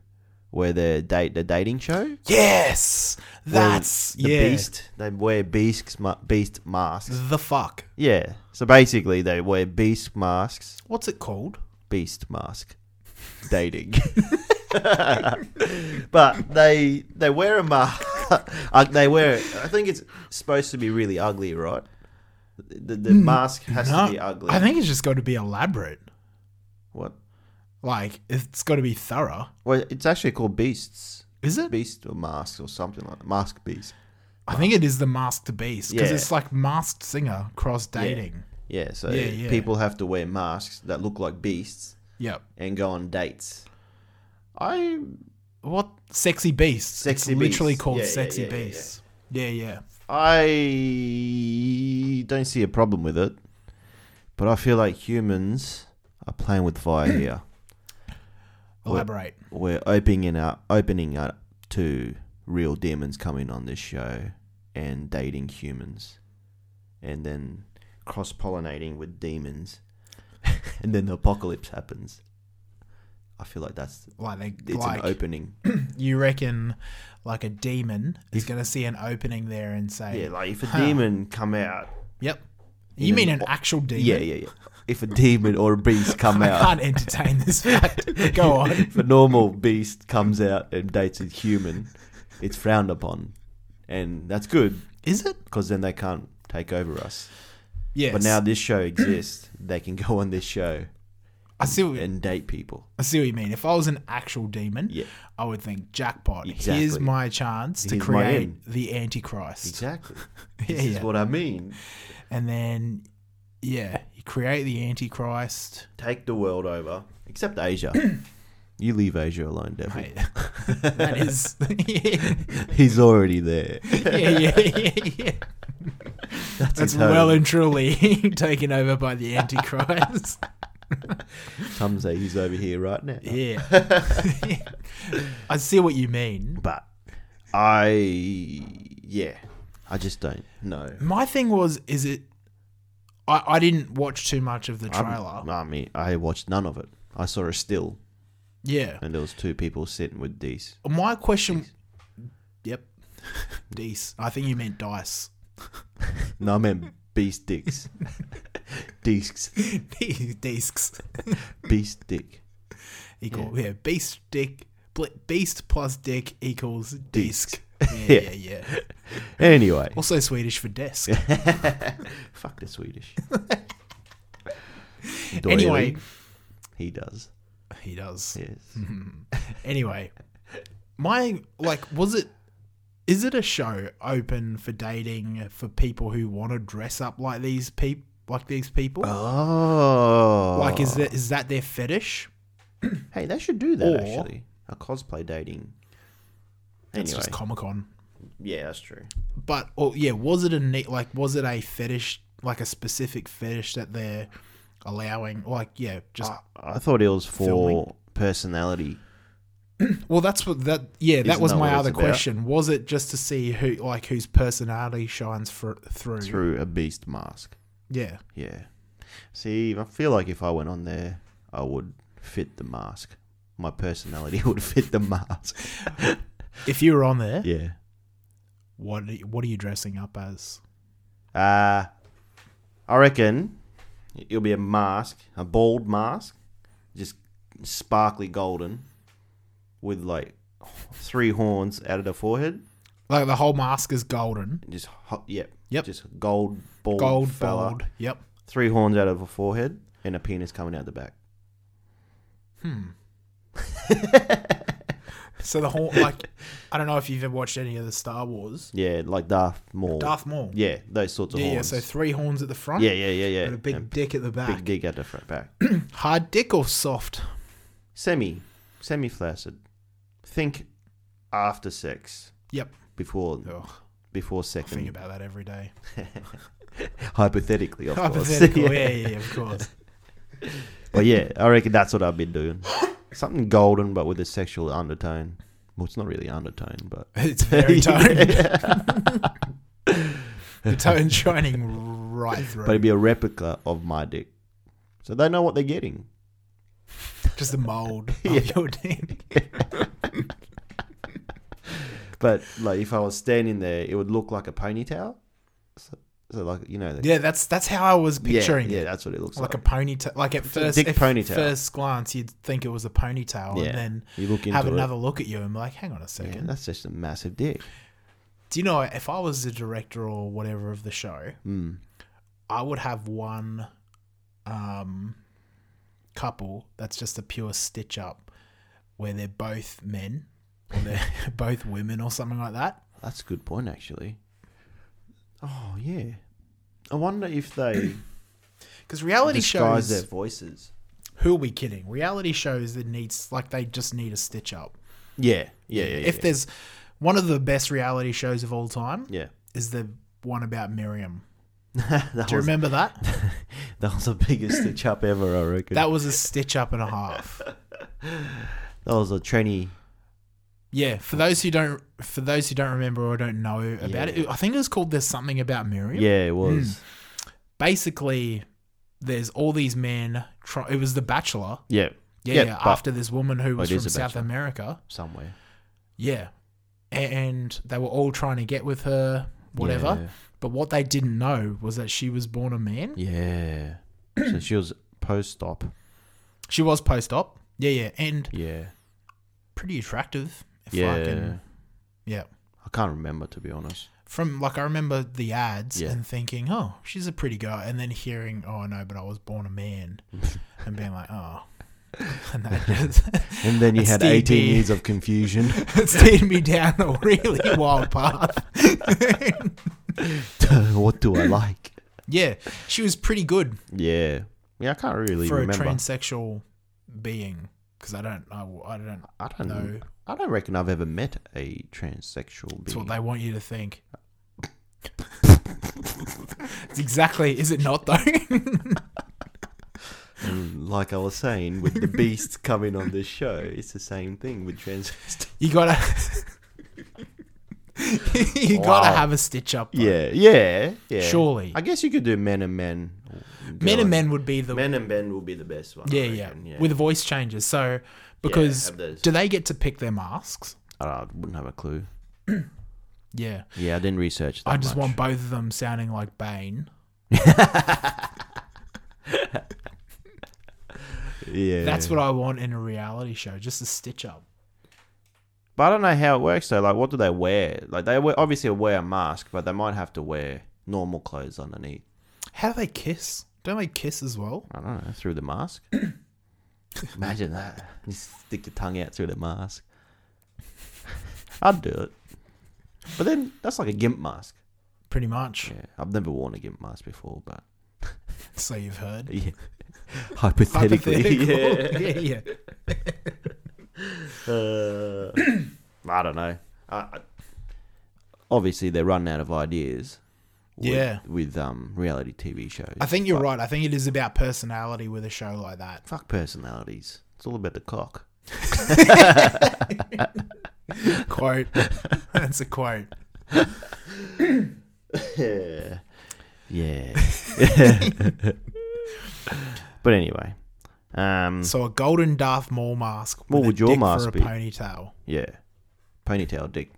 Speaker 3: where they date the dating show.
Speaker 2: Yes,
Speaker 3: where
Speaker 2: that's
Speaker 3: the
Speaker 2: yeah.
Speaker 3: beast. They wear beast ma- beast masks.
Speaker 2: The fuck.
Speaker 3: Yeah. So basically, they wear beast masks.
Speaker 2: What's it called?
Speaker 3: Beast mask. Dating. <laughs> but they they wear a mask. <laughs> Uh, they wear. I think it's supposed to be really ugly, right? The, the mask has
Speaker 2: Hmm. No,
Speaker 3: to be ugly.
Speaker 2: I think it's just got to be elaborate.
Speaker 3: what?
Speaker 2: Like it's got to be thorough.
Speaker 3: Well, it's actually called beasts,
Speaker 2: Is it?
Speaker 3: beast or mask or something like that. mask beast.
Speaker 2: I think it is the masked beast because
Speaker 3: Yeah.
Speaker 2: it's like masked singer cross dating.
Speaker 3: Yeah. So
Speaker 2: Yeah, yeah.
Speaker 3: people have to wear masks that look like beasts
Speaker 2: Yep.
Speaker 3: and go on dates. I
Speaker 2: What sexy beasts?
Speaker 3: Sexy
Speaker 2: it's literally
Speaker 3: beasts.
Speaker 2: called
Speaker 3: Yeah, yeah,
Speaker 2: sexy
Speaker 3: yeah, yeah, yeah.
Speaker 2: beasts. Yeah yeah.
Speaker 3: I don't see a problem with it, but I feel like humans are playing with <clears throat> fire here.
Speaker 2: Elaborate.
Speaker 3: We're opening up, opening up to real demons coming on this show and dating humans, and then cross pollinating with demons, <laughs> and then the apocalypse happens. I feel like that's
Speaker 2: Like they
Speaker 3: it's
Speaker 2: like
Speaker 3: an opening.
Speaker 2: you reckon like a demon is gonna see an opening there and say
Speaker 3: Yeah, like if a demon come out,
Speaker 2: Yep. You mean an
Speaker 3: an-
Speaker 2: actual demon?
Speaker 3: yeah, yeah, yeah. If a demon or
Speaker 2: <laughs>
Speaker 3: a beast come
Speaker 2: I
Speaker 3: out,
Speaker 2: can't entertain this
Speaker 3: <laughs>
Speaker 2: fact. Go on.
Speaker 3: if a normal beast comes out and dates a human, it's frowned upon, and that's good
Speaker 2: Is it?
Speaker 3: because then they can't take over us.
Speaker 2: Yes.
Speaker 3: But now
Speaker 2: <clears throat>
Speaker 3: this show exists; they can go on this show
Speaker 2: I see what
Speaker 3: and date people.
Speaker 2: I see what you mean. If I was an actual demon,
Speaker 3: Yeah.
Speaker 2: I would think jackpot. Here's
Speaker 3: Exactly.
Speaker 2: my chance to
Speaker 3: Here's my
Speaker 2: create
Speaker 3: end.
Speaker 2: the Antichrist.
Speaker 3: Exactly.
Speaker 2: <laughs> Yeah,
Speaker 3: This is
Speaker 2: yeah.
Speaker 3: what I mean.
Speaker 2: and then
Speaker 3: <laughs>
Speaker 2: yeah, you create the Antichrist.
Speaker 3: Take the world over,
Speaker 2: <clears throat>
Speaker 3: except Asia. you leave Asia alone, devil.
Speaker 2: Mate, that is <laughs> yeah,
Speaker 3: <laughs> He's already there.
Speaker 2: yeah, yeah, yeah, yeah.
Speaker 3: That's,
Speaker 2: That's
Speaker 3: his home.
Speaker 2: well and truly <laughs> taken over by the
Speaker 3: <laughs>
Speaker 2: Antichrist.
Speaker 3: Some say he's over here right now. <laughs>
Speaker 2: yeah, <laughs> I see what you mean.
Speaker 3: But I, yeah, I just don't know.
Speaker 2: My thing was, is it? I, I didn't watch too much of the
Speaker 3: I'm-
Speaker 2: trailer.
Speaker 3: I mean, I watched none of it. I saw a still,
Speaker 2: yeah,
Speaker 3: and there was two people sitting with these.
Speaker 2: My question. Yep. <laughs> Dice. I think you meant dice.
Speaker 3: No, I meant beast dicks, discs,
Speaker 2: Discs.
Speaker 3: beast dick,
Speaker 2: Equal. Yeah. Beast dick. bl- Beast plus dick equals disc. Yeah,
Speaker 3: Yeah.
Speaker 2: yeah, yeah.
Speaker 3: Anyway,
Speaker 2: Also Swedish for desk.
Speaker 3: <laughs> fuck the Swedish.
Speaker 2: Anyway.
Speaker 3: Doily. he does.
Speaker 2: He does.
Speaker 3: Yes,
Speaker 2: Anyway, my like, was it? Is it a show open for dating for people who want to dress up like these peop like these people?
Speaker 3: Oh,
Speaker 2: Like, is that is that their fetish?
Speaker 3: hey? They should do that
Speaker 2: Or-
Speaker 3: actually. A cosplay dating.
Speaker 2: It's
Speaker 3: Anyway,
Speaker 2: just Comic Con.
Speaker 3: yeah, that's true.
Speaker 2: but or yeah, was it a neat like was it a fetish like a specific fetish that they're allowing? Like yeah, just
Speaker 3: I thought it was for
Speaker 2: Filming.
Speaker 3: personality.
Speaker 2: well, that's what that yeah, that
Speaker 3: Isn't
Speaker 2: was
Speaker 3: that
Speaker 2: my
Speaker 3: what it's
Speaker 2: other
Speaker 3: about?
Speaker 2: question. Was it just to see who like whose personality shines fr- through?
Speaker 3: through a beast mask.
Speaker 2: Yeah,
Speaker 3: Yeah. See, I feel like if I went on there, I would fit the mask my personality <laughs> would fit the mask.
Speaker 2: If you were on there,
Speaker 3: yeah.
Speaker 2: what are you- what are you dressing up as?
Speaker 3: Uh, I reckon it'll be a mask, a bald mask, just sparkly golden, with like three horns out of the forehead.
Speaker 2: Like the whole mask is golden,
Speaker 3: Just hot, yep,
Speaker 2: Yep.
Speaker 3: just gold bald,
Speaker 2: gold,
Speaker 3: fella,
Speaker 2: bald. Yep.
Speaker 3: three horns out of a forehead, and a penis coming out the back.
Speaker 2: So the whole
Speaker 3: <laughs>
Speaker 2: like, I don't know if you've ever watched any of the Star Wars.
Speaker 3: Yeah, like Darth Maul.
Speaker 2: Darth Maul.
Speaker 3: Yeah, those sorts of
Speaker 2: Yeah, yeah.
Speaker 3: horns.
Speaker 2: So three horns at the front.
Speaker 3: yeah, yeah, yeah, yeah.
Speaker 2: And a big
Speaker 3: And
Speaker 2: dick at the back.
Speaker 3: big gig out the front back. <clears throat>
Speaker 2: Hard dick or soft?
Speaker 3: Semi, semi flaccid. Think after sex,
Speaker 2: Yep.
Speaker 3: before
Speaker 2: Ugh, Oh,
Speaker 3: before
Speaker 2: I think
Speaker 3: second. <laughs>
Speaker 2: about that every day.
Speaker 3: Hypothetically, of
Speaker 2: Hypothetical. <laughs>
Speaker 3: course. <laughs>
Speaker 2: yeah. yeah, yeah, of course.
Speaker 3: But yeah, I reckon that's what I've been doing. Something golden, but with a sexual undertone. Well, it's not really undertone, but
Speaker 2: It's
Speaker 3: <laughs>
Speaker 2: very toned. the tone shining right through.
Speaker 3: but it'd be a replica of my dick, so they know what they're getting.
Speaker 2: Just the mold of
Speaker 3: <laughs> Yeah.
Speaker 2: your dick.
Speaker 3: But like, if I was standing there, it would look like a ponytail. So, so like you know, the-
Speaker 2: Yeah, that's that's how I was picturing
Speaker 3: yeah,
Speaker 2: it.
Speaker 3: that's what it looks
Speaker 2: like
Speaker 3: like.
Speaker 2: a ponytail. Like at
Speaker 3: a
Speaker 2: first,
Speaker 3: dick
Speaker 2: at
Speaker 3: ponytail.
Speaker 2: first glance, you'd think it was a ponytail,
Speaker 3: Yeah.
Speaker 2: and then
Speaker 3: you look into
Speaker 2: have
Speaker 3: it.
Speaker 2: another look at you and be like, "Hang on a
Speaker 3: Yeah,
Speaker 2: second.
Speaker 3: that's just a massive dick.
Speaker 2: Do you know if I was the director or whatever of the show,
Speaker 3: Mm.
Speaker 2: I would have one um, couple that's just a pure stitch up, where they're both men or they're <laughs> both women or something like that.
Speaker 3: That's a good point, actually. Oh yeah, I wonder if
Speaker 2: <coughs>
Speaker 3: they
Speaker 2: Because reality
Speaker 3: disguise their
Speaker 2: shows,
Speaker 3: voices.
Speaker 2: who are we kidding? Reality shows that needs like they just need a stitch up.
Speaker 3: Yeah, yeah, yeah.
Speaker 2: if there's one of the best reality shows of all time,
Speaker 3: yeah,
Speaker 2: is the one about Miriam.
Speaker 3: <laughs> that,
Speaker 2: Do you
Speaker 3: was,
Speaker 2: remember that?
Speaker 3: that was the biggest stitch up ever. I reckon that,
Speaker 2: That was a stitch up and a half.
Speaker 3: was a tranny.
Speaker 2: Yeah, for those who don't, for those who don't remember or don't know about it, I think it was called "There's Something About Miriam."
Speaker 3: Yeah, it
Speaker 2: Hmm.
Speaker 3: was.
Speaker 2: Basically, there's all these men. Try- it was The Bachelor.
Speaker 3: Yeah,
Speaker 2: Yeah,
Speaker 3: Yeah,
Speaker 2: yeah,
Speaker 3: but-
Speaker 2: after this woman who was
Speaker 3: it
Speaker 2: from
Speaker 3: is The
Speaker 2: South
Speaker 3: Bachelor.
Speaker 2: America.
Speaker 3: somewhere.
Speaker 2: Yeah, A- and they were all trying to get with her, whatever. But what they didn't know was that she was born a man.
Speaker 3: Yeah. yeah. so she was post-op.
Speaker 2: She was post-op. Yeah, yeah, and
Speaker 3: Yeah,
Speaker 2: pretty attractive. If
Speaker 3: yeah.
Speaker 2: I can, yeah.
Speaker 3: I can't remember to be honest.
Speaker 2: from like I remember the ads
Speaker 3: Yeah.
Speaker 2: and thinking, oh, she's a pretty girl, and then hearing, oh no, but I was born a
Speaker 3: <laughs>
Speaker 2: man, and being like, oh, <laughs> and that just <laughs>
Speaker 3: And then you
Speaker 2: It's
Speaker 3: had
Speaker 2: the-
Speaker 3: 18
Speaker 2: the-
Speaker 3: years
Speaker 2: <laughs>
Speaker 3: of confusion. <laughs>
Speaker 2: it's taken me down a really <laughs> wild path. <laughs>
Speaker 3: what do I like?
Speaker 2: yeah, she was pretty good
Speaker 3: Yeah. Yeah, I can't really
Speaker 2: for
Speaker 3: remember.
Speaker 2: a transsexual being because I don't, I, I don't.
Speaker 3: I don't
Speaker 2: No.
Speaker 3: know. I don't reckon I've ever met a transsexual
Speaker 2: It's
Speaker 3: being.
Speaker 2: what they want you to think. <laughs> it's exactly. Is it not though?
Speaker 3: And Mm, like I was saying, with
Speaker 2: <laughs>
Speaker 3: the beast coming on this show, it's the same thing with trans.
Speaker 2: you gotta. <laughs> you gotta
Speaker 3: Wow.
Speaker 2: have a stitch up. though.
Speaker 3: Yeah, yeah, yeah.
Speaker 2: Surely.
Speaker 3: I guess you could do men and men. or
Speaker 2: Men
Speaker 3: girl
Speaker 2: and men would be the
Speaker 3: Men and men will be the best one. I
Speaker 2: yeah, yeah,
Speaker 3: reckon,
Speaker 2: with voice changes. So because
Speaker 3: have those.
Speaker 2: do they get to pick their masks?
Speaker 3: I don't- wouldn't have a clue.
Speaker 2: <clears throat> Yeah,
Speaker 3: Yeah, I didn't research that
Speaker 2: I just
Speaker 3: much.
Speaker 2: want both of them sounding like Bane.
Speaker 3: Yeah.
Speaker 2: That's what I want in a reality show, just a stitch up.
Speaker 3: But I don't know how it works though. Like, what do they wear? Like, they wear, obviously wear a mask, but they might have to wear normal clothes underneath.
Speaker 2: How do they kiss? Don't they kiss as well?
Speaker 3: I don't know, through
Speaker 2: <clears throat>
Speaker 3: the mask. Imagine that. You stick your tongue out through the mask. I'd do it. But then that's like a gimp mask.
Speaker 2: Pretty
Speaker 3: <laughs>
Speaker 2: much.
Speaker 3: Yeah, I've never worn a gimp mask before, but <laughs>
Speaker 2: So you've heard.
Speaker 3: yeah. hypothetically,
Speaker 2: Hypothetical. yeah, <laughs> yeah.
Speaker 3: yeah. Uh, <clears throat> I don't know. I, I, obviously, they're running out of ideas. With,
Speaker 2: Yeah.
Speaker 3: with um reality TV shows.
Speaker 2: I think you're right. I think it is about personality with a show like that.
Speaker 3: Fuck personalities. It's all about the cock. <laughs>
Speaker 2: Quote. That's a quote.
Speaker 3: yeah.
Speaker 2: <laughs>
Speaker 3: Yeah. but anyway, Um,
Speaker 2: So a golden Darth Maul mask.
Speaker 3: What
Speaker 2: with a
Speaker 3: would your
Speaker 2: dick
Speaker 3: mask
Speaker 2: for a
Speaker 3: be?
Speaker 2: Ponytail.
Speaker 3: yeah, ponytail dick.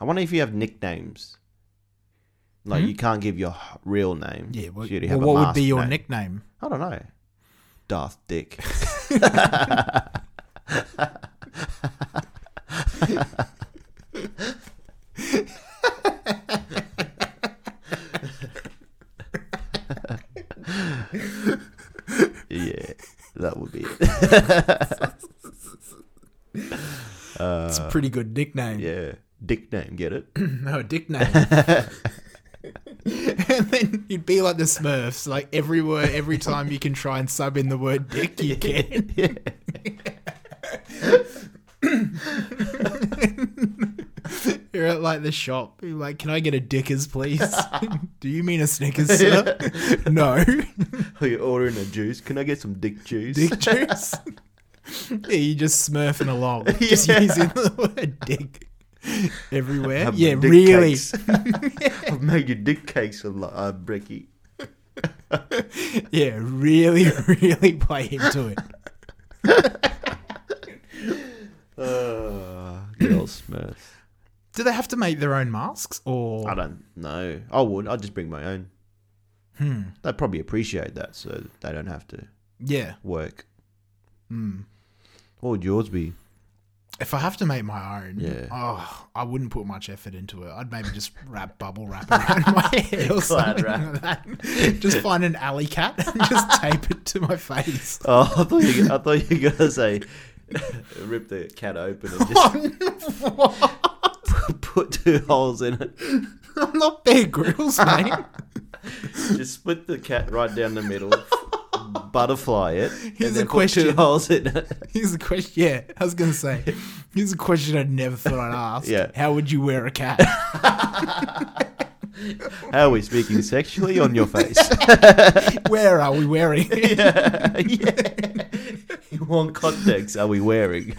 Speaker 3: I wonder if you have nicknames. Like you can't give your h- real
Speaker 2: Hmm?
Speaker 3: name.
Speaker 2: Yeah.
Speaker 3: So
Speaker 2: Well,
Speaker 3: you'd
Speaker 2: well,
Speaker 3: have a
Speaker 2: what would
Speaker 3: mask
Speaker 2: be your
Speaker 3: name.
Speaker 2: nickname?
Speaker 3: I don't know. Darth Dick. yeah, that would be it. <laughs>
Speaker 2: It's a pretty good nickname.
Speaker 3: Uh, Yeah, Dick name, get it?
Speaker 2: <laughs>
Speaker 3: <laughs>
Speaker 2: No, dick name. <laughs> and then you'd be like the Smurfs, like every word, every time you can try and sub in the word dick,
Speaker 3: <laughs>
Speaker 2: you can. <laughs> You're at like the shop. You're like, can I get a Dickers, please? <laughs> Do you mean a Snickers,
Speaker 3: <laughs>
Speaker 2: sir? no.
Speaker 3: Are you ordering a juice? Can I get some dick juice?
Speaker 2: Dick <laughs> juice. yeah, you just smurfing
Speaker 3: <laughs>
Speaker 2: along, just using the word dick everywhere.
Speaker 3: Have
Speaker 2: yeah,
Speaker 3: the dick
Speaker 2: really.
Speaker 3: cakes. <laughs> I've made you dick cakes a lot, uh, Bricky.
Speaker 2: <laughs> Yeah, really, <laughs> really play into it.
Speaker 3: Uh, good old Smurf.
Speaker 2: Do they have to make their own masks,
Speaker 3: I
Speaker 2: or
Speaker 3: don't know. I would. I'd just bring my own. Hmm. They'd probably appreciate that, so they don't have to
Speaker 2: yeah?
Speaker 3: work. Hmm. What would yours be?
Speaker 2: If I have to make my own,
Speaker 3: Yeah.
Speaker 2: oh, I wouldn't put much effort into it. I'd maybe just wrap bubble wrap around
Speaker 3: <laughs>
Speaker 2: my head or something like that. Just find an alley cat and
Speaker 3: <laughs>
Speaker 2: just tape it to my face.
Speaker 3: <laughs>
Speaker 2: <laughs>
Speaker 3: Oh, I thought you. I thought you were gonna say <laughs> rip the cat open and just <laughs> put two holes in it.
Speaker 2: I'm not Bear Grylls, mate.
Speaker 3: Just split the cat right down the <laughs> middle, butterfly it,
Speaker 2: Here's
Speaker 3: and
Speaker 2: a
Speaker 3: then put two
Speaker 2: question.
Speaker 3: holes in it.
Speaker 2: <laughs> Here's a question. Yeah, I was gonna say. Here's a question I never thought I'd ask.
Speaker 3: Yeah.
Speaker 2: How would you wear a cat? <laughs>
Speaker 3: How are we speaking sexually on your face?
Speaker 2: Where are we wearing?
Speaker 3: <laughs>
Speaker 2: it?
Speaker 3: yeah. <laughs> In what context are we <laughs> wearing?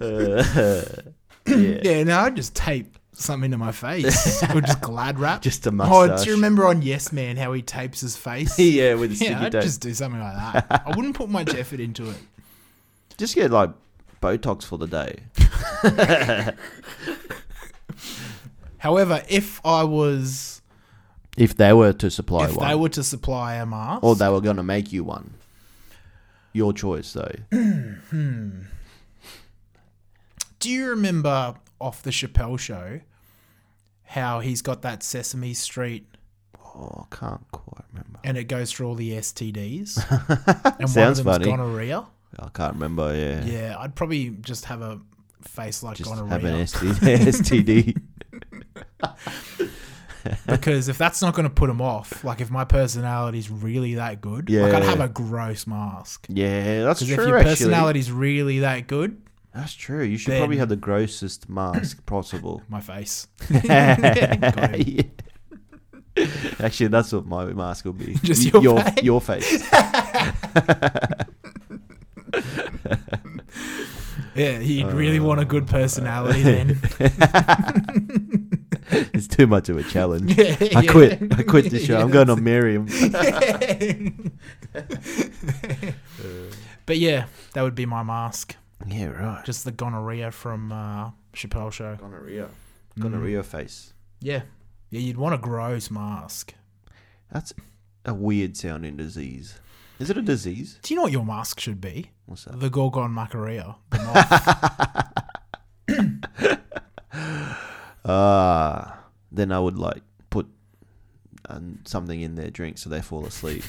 Speaker 3: Uh, <laughs> yeah.
Speaker 2: Yeah, no, I'd just tape something to my face. or just glad wrap.
Speaker 3: <laughs> Just a
Speaker 2: Oh,
Speaker 3: mustache.
Speaker 2: do you remember on Yes Man how he tapes his
Speaker 3: <laughs>
Speaker 2: face?
Speaker 3: Yeah, with a sticky
Speaker 2: <laughs> yeah, I'd
Speaker 3: tape.
Speaker 2: just
Speaker 3: Just...
Speaker 2: do something like that. I wouldn't put much effort into it.
Speaker 3: get like Botox for the day.
Speaker 2: However, if I was,
Speaker 3: If they were to supply
Speaker 2: if
Speaker 3: one,
Speaker 2: they were to supply a mask,
Speaker 3: or they were going to make you one, your choice though.
Speaker 2: do you remember off the Chappelle show how he's got that Sesame Street
Speaker 3: Oh, I can't quite remember.
Speaker 2: and it goes through all the
Speaker 3: <laughs>
Speaker 2: STDs. and
Speaker 3: Sounds
Speaker 2: one of
Speaker 3: funny.
Speaker 2: them's gonorrhea.
Speaker 3: I can't remember. Yeah,
Speaker 2: Yeah, I'd probably just have a face like
Speaker 3: just
Speaker 2: gonorrhea.
Speaker 3: have an <laughs> STD.
Speaker 2: because if that's not going to put them off, like if my personality's really that good, like
Speaker 3: Yeah.
Speaker 2: I'd have a gross mask.
Speaker 3: yeah, that's
Speaker 2: Because
Speaker 3: true.
Speaker 2: if your
Speaker 3: actually.
Speaker 2: personality's really that good,
Speaker 3: That's true. You should probably
Speaker 2: Then-
Speaker 3: have the grossest mask possible.
Speaker 2: my face. <laughs>
Speaker 3: <laughs>
Speaker 2: Got it.
Speaker 3: Yeah. Actually, that's what my mask will be.
Speaker 2: <laughs> Just
Speaker 3: Y-
Speaker 2: your
Speaker 3: your,
Speaker 2: face.
Speaker 3: your face.
Speaker 2: yeah, you'd really want
Speaker 3: Oh.
Speaker 2: a good personality
Speaker 3: <laughs>
Speaker 2: then.
Speaker 3: It's too much of
Speaker 2: <laughs>
Speaker 3: a challenge.
Speaker 2: Yeah,
Speaker 3: I
Speaker 2: yeah.
Speaker 3: quit. I quit the
Speaker 2: <laughs>
Speaker 3: show. I'm going on Miriam.
Speaker 2: but yeah, that would be my mask.
Speaker 3: yeah, right.
Speaker 2: Just the gonorrhea from uh, Chappelle show.
Speaker 3: Gonorrhea. Gonorrhea
Speaker 2: Mm.
Speaker 3: face.
Speaker 2: Yeah. Yeah, you'd want a gross mask.
Speaker 3: That's a weird sounding disease. Is it a disease?
Speaker 2: Do you know what your mask should be?
Speaker 3: What's that?
Speaker 2: The Gorgon Macaria.
Speaker 3: <laughs>
Speaker 2: The moth.
Speaker 3: Ah, then I would like put um, something in their drink so they fall asleep.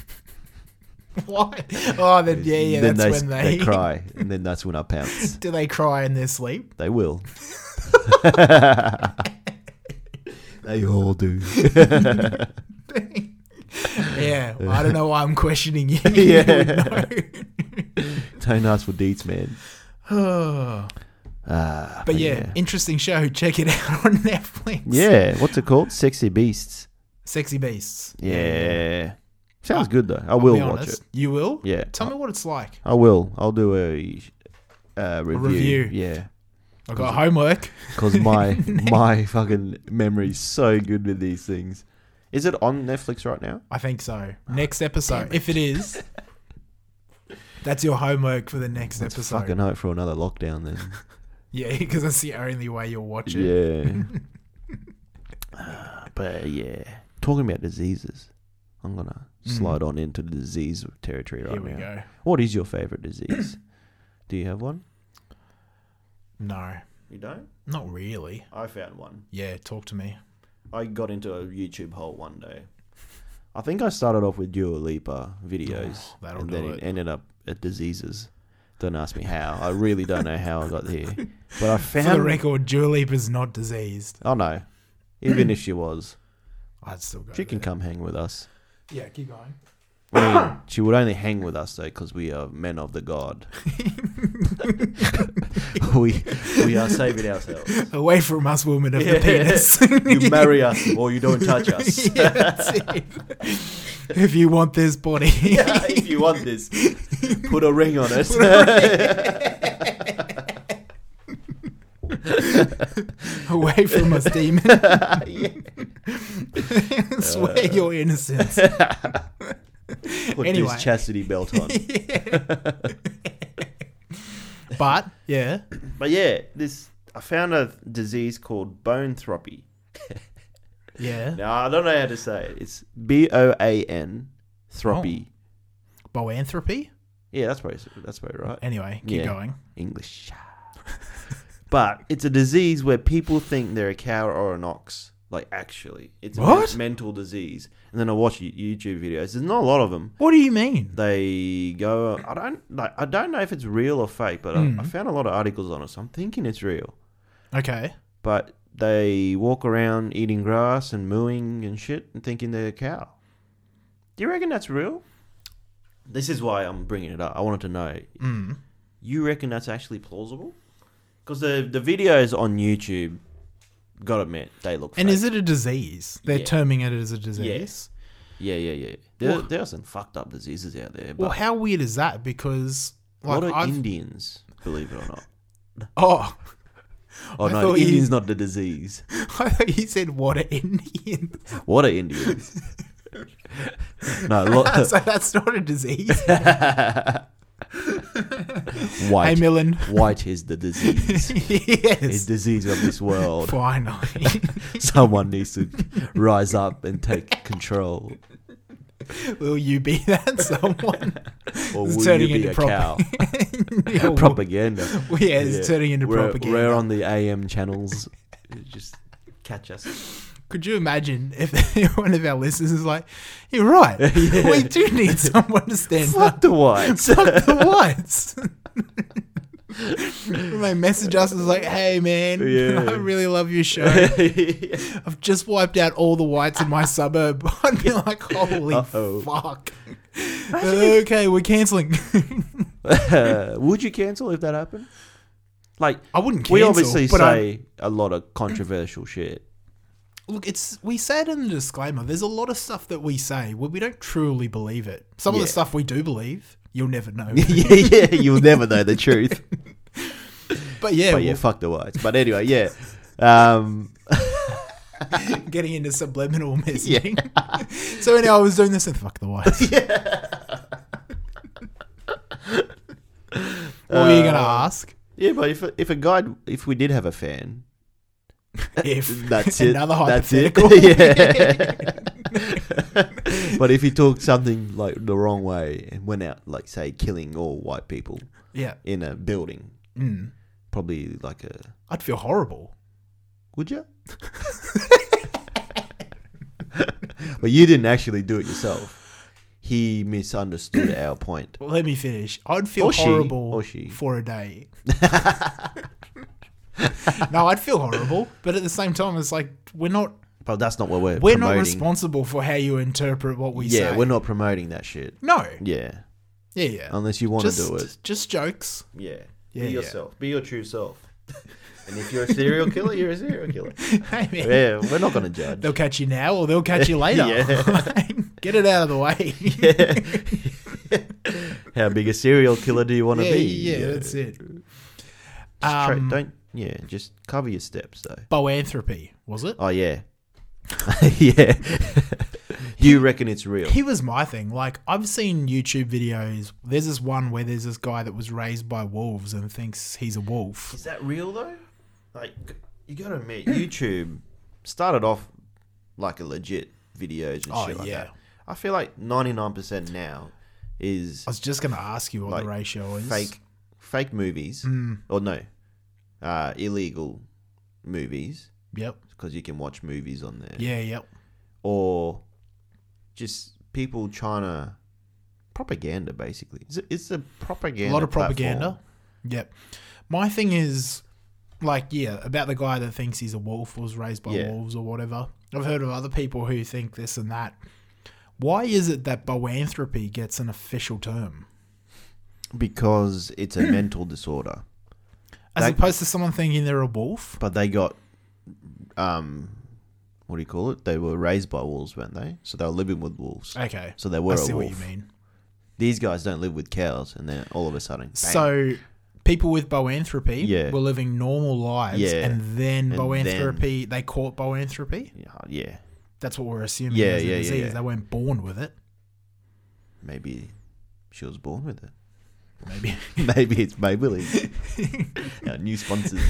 Speaker 2: Why? Oh, then, <laughs> yeah, yeah,
Speaker 3: then
Speaker 2: that's
Speaker 3: they,
Speaker 2: when
Speaker 3: they
Speaker 2: <laughs>
Speaker 3: cry, and then that's when I pounce.
Speaker 2: Do they cry in their sleep? <laughs>
Speaker 3: They will. they all do.
Speaker 2: Yeah, well, I don't know why I'm questioning you.
Speaker 3: <laughs> <laughs>
Speaker 2: <sighs>
Speaker 3: Yeah. Don't ask for deeds, man. Oh,
Speaker 2: but
Speaker 3: Ah,
Speaker 2: yeah, interesting show. Check it <laughs> out on Netflix.
Speaker 3: yeah. What's it called? Sexy Beasts.
Speaker 2: Sexy Beasts.
Speaker 3: Yeah, sounds good though. I will
Speaker 2: Be
Speaker 3: watch
Speaker 2: honest.
Speaker 3: it.
Speaker 2: You will?
Speaker 3: Yeah.
Speaker 2: Tell me what it's like.
Speaker 3: I will. I'll do a, uh review.
Speaker 2: review.
Speaker 3: Yeah,
Speaker 2: I got homework. <laughs>
Speaker 3: because my my fucking memory's so good with these things. Is it on Netflix right now?
Speaker 2: I think so. Next episode, if it is, <laughs> that's your homework for the next episode.
Speaker 3: Fucking hope for another lockdown then.
Speaker 2: <laughs> yeah, because that's the only way you'll watch it.
Speaker 3: Yeah. Uh, <laughs> but yeah, talking about diseases, I'm gonna slide on into the disease territory right
Speaker 2: Hmm. Here we
Speaker 3: now.
Speaker 2: go.
Speaker 3: What is your
Speaker 2: <coughs>
Speaker 3: favorite disease? Do you have one?
Speaker 2: No,
Speaker 3: You don't.
Speaker 2: not really.
Speaker 3: I found one.
Speaker 2: Yeah, talk to me.
Speaker 3: I got into a YouTube hole one day. I think I started off with Dua Lipa videos,
Speaker 2: Oh, that'll
Speaker 3: and then
Speaker 2: do
Speaker 3: it
Speaker 2: it.
Speaker 3: ended up at diseases. Don't ask me how. I really don't know how I got here, but
Speaker 2: <laughs>
Speaker 3: I
Speaker 2: For the
Speaker 3: found.
Speaker 2: record, Julie is not diseased.
Speaker 3: oh no! Even if she was,
Speaker 2: I'd still go.
Speaker 3: she
Speaker 2: <laughs>
Speaker 3: can
Speaker 2: there.
Speaker 3: come hang with us.
Speaker 2: Yeah, keep going.
Speaker 3: <coughs> I mean, she would only hang with us though, because we are men of the <laughs> god. we we are saving ourselves.
Speaker 2: Away from us, woman of
Speaker 3: Yeah.
Speaker 2: the penis.
Speaker 3: You marry us or you don't <laughs> touch <laughs> us.
Speaker 2: <laughs> Yeah, that's it. if you want this body, <laughs>
Speaker 3: if you want this, put a ring on <laughs> it.
Speaker 2: away from us, demon.
Speaker 3: <laughs> Yeah.
Speaker 2: <laughs> Swear your innocence.
Speaker 3: Put
Speaker 2: Anyway.
Speaker 3: this chastity belt on.
Speaker 2: <laughs> but yeah,
Speaker 3: <laughs> But yeah, this I found a disease called bone throppy.
Speaker 2: yeah,
Speaker 3: Now I don't know how to say it. It's B O A N throppy.
Speaker 2: boanthropy.
Speaker 3: Yeah, that's probably that's probably right.
Speaker 2: Anyway, keep
Speaker 3: Yeah.
Speaker 2: going.
Speaker 3: English. <laughs> but it's a disease where people think they're a cow or an ox. Like actually, it's
Speaker 2: What?
Speaker 3: a mental disease. And then I watch y- YouTube videos. There's not a lot of them.
Speaker 2: What do you mean?
Speaker 3: They go. I don't like. I don't know if it's real or fake, but I, I found a lot of articles on it, so I'm thinking it's real.
Speaker 2: Okay,
Speaker 3: But they walk around eating grass and mooing and shit and thinking they're a cow. Do you reckon that's real? This is why I'm bringing it up. I wanted to know
Speaker 2: mm.
Speaker 3: you reckon that's actually plausible? Because the the videos on YouTube, gotta admit, they look.
Speaker 2: and
Speaker 3: fake.
Speaker 2: is it a disease? They're
Speaker 3: Yeah.
Speaker 2: terming it as a disease.
Speaker 3: Yes. Yeah, yeah, yeah. There,
Speaker 2: Well-
Speaker 3: there are some fucked up diseases out there, but
Speaker 2: Well, how weird is that? Because
Speaker 3: a lot
Speaker 2: like
Speaker 3: of
Speaker 2: I've
Speaker 3: Indians, believe it
Speaker 2: <laughs>
Speaker 3: or not.
Speaker 2: oh, <laughs>
Speaker 3: Oh
Speaker 2: I
Speaker 3: no,
Speaker 2: thought you-
Speaker 3: Indians not the disease.
Speaker 2: I thought you said what an
Speaker 3: <laughs>
Speaker 2: Indian.
Speaker 3: What are
Speaker 2: <laughs>
Speaker 3: Indians? no, lot,
Speaker 2: so that's not a
Speaker 3: <laughs>
Speaker 2: disease.
Speaker 3: white.
Speaker 2: Hey,
Speaker 3: <laughs>
Speaker 2: Millen.
Speaker 3: white is
Speaker 2: <laughs>
Speaker 3: the disease. Is
Speaker 2: yes.
Speaker 3: disease of this world.
Speaker 2: Finally.
Speaker 3: <laughs> Someone needs to rise up and take control.
Speaker 2: Will you be that someone? <laughs>
Speaker 3: Or
Speaker 2: It's
Speaker 3: will you
Speaker 2: turning
Speaker 3: be
Speaker 2: into
Speaker 3: a
Speaker 2: prop-
Speaker 3: cow?
Speaker 2: <laughs> Yeah, well,
Speaker 3: <laughs> propaganda.
Speaker 2: yeah, it's turning into
Speaker 3: we're,
Speaker 2: propaganda.
Speaker 3: We're on the AM channels. <laughs> Just catch us.
Speaker 2: Could you imagine if <laughs> one of our listeners is like, "You're
Speaker 3: <laughs>
Speaker 2: right. We do need someone to stand
Speaker 3: Fuck
Speaker 2: up <laughs>
Speaker 3: the whites.
Speaker 2: for the whites." And <laughs> they message us and it's like, "Hey man,
Speaker 3: Yeah.
Speaker 2: I really love your
Speaker 3: <laughs>
Speaker 2: show. I've just wiped out all the whites in my suburb." <laughs> I'd be like, "Holy
Speaker 3: Uh-oh.
Speaker 2: fuck!" okay, we're canceling.
Speaker 3: <laughs> Would you cancel if that happened? Like,
Speaker 2: I wouldn't cancel.
Speaker 3: we obviously
Speaker 2: but I-
Speaker 3: say a lot of controversial
Speaker 2: <laughs>
Speaker 3: shit.
Speaker 2: <laughs>
Speaker 3: <laughs>
Speaker 2: look, it's we say it in the disclaimer. There's a lot of stuff that we say where we don't truly believe it. Some of
Speaker 3: Yeah.
Speaker 2: the stuff we do believe, you'll never
Speaker 3: <laughs>
Speaker 2: know.
Speaker 3: yeah, yeah, you'll never know the truth.
Speaker 2: But yeah,
Speaker 3: But yeah, fuck the whites. But
Speaker 2: <laughs>
Speaker 3: anyway, yeah. Um,
Speaker 2: we're getting into
Speaker 3: <laughs>
Speaker 2: subliminal messaging. <laughs> so anyhow, I was doing this and fuck the
Speaker 3: <laughs>
Speaker 2: whites. what were you gonna
Speaker 3: Uh,
Speaker 2: ask?
Speaker 3: yeah, but if, if a guy, if we did have a fan,
Speaker 2: If
Speaker 3: <laughs> That's
Speaker 2: <laughs>
Speaker 3: it.
Speaker 2: another
Speaker 3: That's it. <laughs>
Speaker 2: hypothetical. <laughs>
Speaker 3: yeah. but if he took something like the wrong way and went out, like say, killing all white people
Speaker 2: yeah,
Speaker 3: in a building,
Speaker 2: Mm.
Speaker 3: probably like a
Speaker 2: I'd feel horrible.
Speaker 3: would you? <laughs> but you didn't actually do it yourself. He misunderstood our point.
Speaker 2: Well, let me finish. I'd feel
Speaker 3: Or she.
Speaker 2: horrible
Speaker 3: Or she.
Speaker 2: for a
Speaker 3: <laughs>
Speaker 2: day. no, I'd feel horrible, but at the same time, it's like we're not
Speaker 3: But that's not what we're
Speaker 2: we're
Speaker 3: promoting.
Speaker 2: not responsible for how you interpret what we
Speaker 3: yeah,
Speaker 2: say.
Speaker 3: we're not promoting that shit.
Speaker 2: No.
Speaker 3: Yeah,
Speaker 2: Yeah, yeah.
Speaker 3: unless you want
Speaker 2: just,
Speaker 3: to do it.
Speaker 2: just jokes. <laughs>
Speaker 3: Yeah,
Speaker 2: Yeah, yeah. yourself.
Speaker 3: Be your true self. <laughs> and if you're a serial killer, you're a serial killer.
Speaker 2: Hey, man,
Speaker 3: <laughs> Yeah, we're not gonna judge.
Speaker 2: They'll catch you now or they'll catch
Speaker 3: <laughs>
Speaker 2: you later.
Speaker 3: Yeah.
Speaker 2: <laughs> Get it out of the way. <laughs>
Speaker 3: How big a serial killer do you want to
Speaker 2: yeah,
Speaker 3: be?
Speaker 2: yeah, that's it.
Speaker 3: Just try-
Speaker 2: Um,
Speaker 3: don't. Yeah, just cover your steps though.
Speaker 2: Boanthropy, was it?
Speaker 3: Oh <laughs> yeah, <laughs> yeah. You reckon it's real?
Speaker 2: He was my thing. Like I've seen YouTube videos. There's this one where there's this guy that was raised by wolves and thinks he's a wolf.
Speaker 3: Is that real though? Like, you gotta admit, YouTube started off like a legit videos and
Speaker 2: Oh,
Speaker 3: shit like
Speaker 2: yeah.
Speaker 3: that. I feel like ninety nine percent now is
Speaker 2: I was just gonna ask you what
Speaker 3: like
Speaker 2: the ratio is.
Speaker 3: fake, fake movies
Speaker 2: Mm.
Speaker 3: or no, uh, illegal movies
Speaker 2: Yep.
Speaker 3: because you can watch movies on there
Speaker 2: Yeah. Yep.
Speaker 3: or just people trying to propaganda basically. It's a, it's a propaganda.
Speaker 2: a lot of
Speaker 3: platform.
Speaker 2: propaganda. Yep. My thing is, like, yeah, about the guy that thinks he's a wolf was raised by
Speaker 3: Yeah.
Speaker 2: wolves or whatever. I've heard of other people who think this and that. Why is it that boanthropy gets an official term
Speaker 3: because it's a
Speaker 2: Mm.
Speaker 3: mental disorder.
Speaker 2: as
Speaker 3: That-
Speaker 2: opposed to someone thinking they're a wolf?
Speaker 3: But they got, um, what do you call it? They were raised by wolves, weren't they? So they were living with wolves.
Speaker 2: Okay,
Speaker 3: So they were
Speaker 2: I
Speaker 3: a
Speaker 2: see
Speaker 3: wolf.
Speaker 2: what you mean.
Speaker 3: These guys don't live with cows, and then all of a sudden, bang.
Speaker 2: So people with boanthropy
Speaker 3: Yeah.
Speaker 2: were living normal lives,
Speaker 3: Yeah.
Speaker 2: and then
Speaker 3: And
Speaker 2: boanthropy they caught boanthropy.
Speaker 3: yeah, yeah,
Speaker 2: That's what we're assuming.
Speaker 3: Yeah,
Speaker 2: is a
Speaker 3: yeah, yeah,
Speaker 2: disease.
Speaker 3: yeah.
Speaker 2: They weren't born with it.
Speaker 3: maybe she was born with it. <laughs>
Speaker 2: Maybe. <laughs>
Speaker 3: Maybe it's Maybelline. Our new
Speaker 2: <laughs>
Speaker 3: sponsors.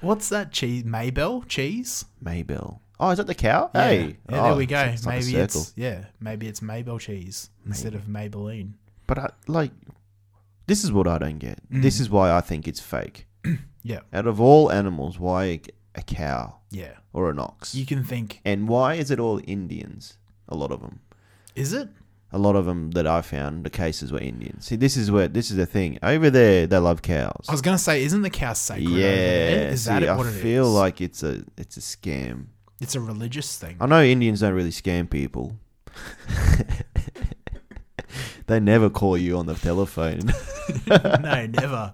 Speaker 2: What's that cheese? Maybell cheese?
Speaker 3: Maybell. Oh, is that the cow? Hey.
Speaker 2: yeah,
Speaker 3: Oh,
Speaker 2: there we go.
Speaker 3: it's like a
Speaker 2: maybe
Speaker 3: circle.
Speaker 2: it's yeah, maybe it's Maybell cheese instead of Maybelline.
Speaker 3: But I, like, this is what I don't get. This is why I think it's fake.
Speaker 2: Mm. <clears throat> Yeah,
Speaker 3: Out of all animals, why a, a cow
Speaker 2: yeah.
Speaker 3: or an ox?
Speaker 2: You can think,
Speaker 3: and why is it all Indians? A lot of them.
Speaker 2: is it?
Speaker 3: A lot of them that I found, the cases were Indians. See, this is where this is the thing. Over there, they love cows.
Speaker 2: I was gonna say, isn't the cow sacred? over
Speaker 3: yeah,
Speaker 2: there? is that
Speaker 3: see,
Speaker 2: it- what
Speaker 3: I
Speaker 2: it is?
Speaker 3: feel like it's a it's a scam.
Speaker 2: it's a religious
Speaker 3: <laughs>
Speaker 2: thing.
Speaker 3: I know Indians don't really scam people. <laughs> they never call you on the telephone. <laughs>
Speaker 2: no, never,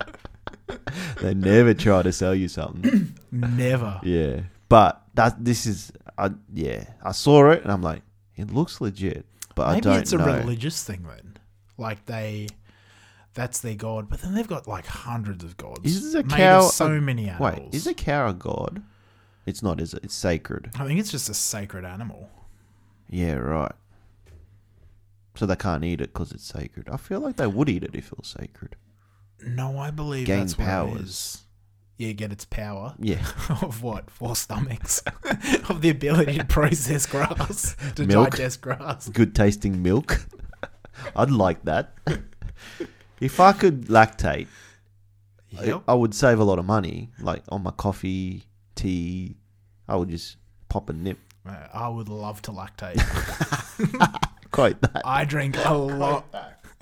Speaker 3: they never try to sell
Speaker 2: <coughs>
Speaker 3: you something.
Speaker 2: never.
Speaker 3: Yeah, but that this is, I yeah, I saw it and I'm like, it looks legit, but I
Speaker 2: Maybe
Speaker 3: don't
Speaker 2: it's a
Speaker 3: know.
Speaker 2: religious thing then. Like they, that's their god, but then they've got like hundreds of gods.
Speaker 3: Is a
Speaker 2: made
Speaker 3: cow
Speaker 2: Of so
Speaker 3: a-
Speaker 2: many animals.
Speaker 3: Wait, is a cow a god? It's not, is it? It's sacred.
Speaker 2: I think it's just a sacred animal.
Speaker 3: Yeah, right. So they can't eat it because it's sacred. I feel like they would eat it if it was sacred.
Speaker 2: No, I believe
Speaker 3: Gain
Speaker 2: that's what
Speaker 3: powers.
Speaker 2: it is. Yeah, get its power.
Speaker 3: Yeah,
Speaker 2: <laughs>
Speaker 3: <laughs>
Speaker 2: of what four stomachs <laughs> of the ability to process
Speaker 3: <laughs>
Speaker 2: grass to
Speaker 3: Milk.
Speaker 2: digest grass
Speaker 3: good tasting milk. <laughs> I'd like that. <laughs> if I could lactate, I-
Speaker 2: yep
Speaker 3: I, would save a lot of money, like on my coffee, tea. I would just pop a nip. <laughs>
Speaker 2: Uh, i would love to lactate
Speaker 3: Quote that.
Speaker 2: i drink
Speaker 3: <laughs>
Speaker 2: a lot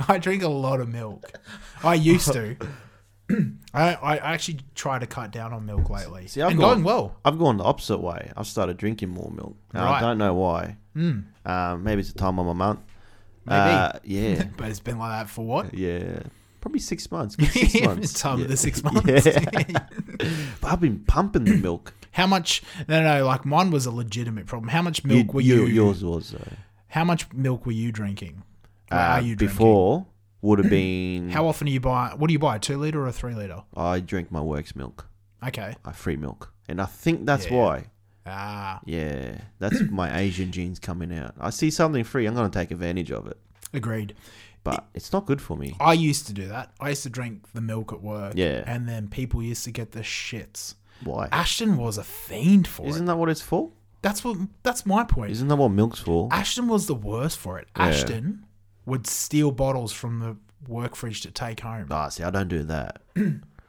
Speaker 2: i drink a lot of milk i used to <clears throat> I, I actually try to cut down on milk lately
Speaker 3: See, I've
Speaker 2: and
Speaker 3: got-
Speaker 2: going well
Speaker 3: I've gone the opposite way. I've started drinking more milk. and I
Speaker 2: Right. Hmm.
Speaker 3: don't know why. Um, maybe it's the time of my month.
Speaker 2: Maybe.
Speaker 3: Uh,
Speaker 2: <laughs>
Speaker 3: yeah,
Speaker 2: but it's been like that for what
Speaker 3: yeah. Probably
Speaker 2: <laughs>
Speaker 3: six months. good Six months.
Speaker 2: time
Speaker 3: yeah.
Speaker 2: of the
Speaker 3: <laughs>
Speaker 2: six months
Speaker 3: Yeah.
Speaker 2: <laughs>
Speaker 3: but I've been pumping the milk.
Speaker 2: how much no no like mine was a legitimate problem how much <clears throat>
Speaker 3: You-
Speaker 2: milk were
Speaker 3: you-
Speaker 2: you,
Speaker 3: Yours was though.
Speaker 2: how much milk were you drinking Or
Speaker 3: Uh,
Speaker 2: are you drinking?
Speaker 3: before would
Speaker 2: <clears throat>
Speaker 3: have been
Speaker 2: How often do you buy? What do you buy? A two liter or a three liter?
Speaker 3: I drink my work's milk.
Speaker 2: Okay.
Speaker 3: I free milk, and I think that's
Speaker 2: Yeah.
Speaker 3: why.
Speaker 2: Ah,
Speaker 3: Yeah, that's my Asian genes coming out. I see something free, I'm gonna take advantage of it,
Speaker 2: agreed.
Speaker 3: but it's not good for me.
Speaker 2: I used to do that. I used to drink the milk at work.
Speaker 3: Yeah.
Speaker 2: And then people used to get the shits.
Speaker 3: Why?
Speaker 2: Ashton was a fiend for
Speaker 3: Isn't
Speaker 2: it.
Speaker 3: that what it's for?
Speaker 2: That's what. That's my point.
Speaker 3: Isn't that what milk's for?
Speaker 2: Ashton was the worst for it. Ashton would steal bottles from the work fridge to take home.
Speaker 3: Ah, see, I don't do that.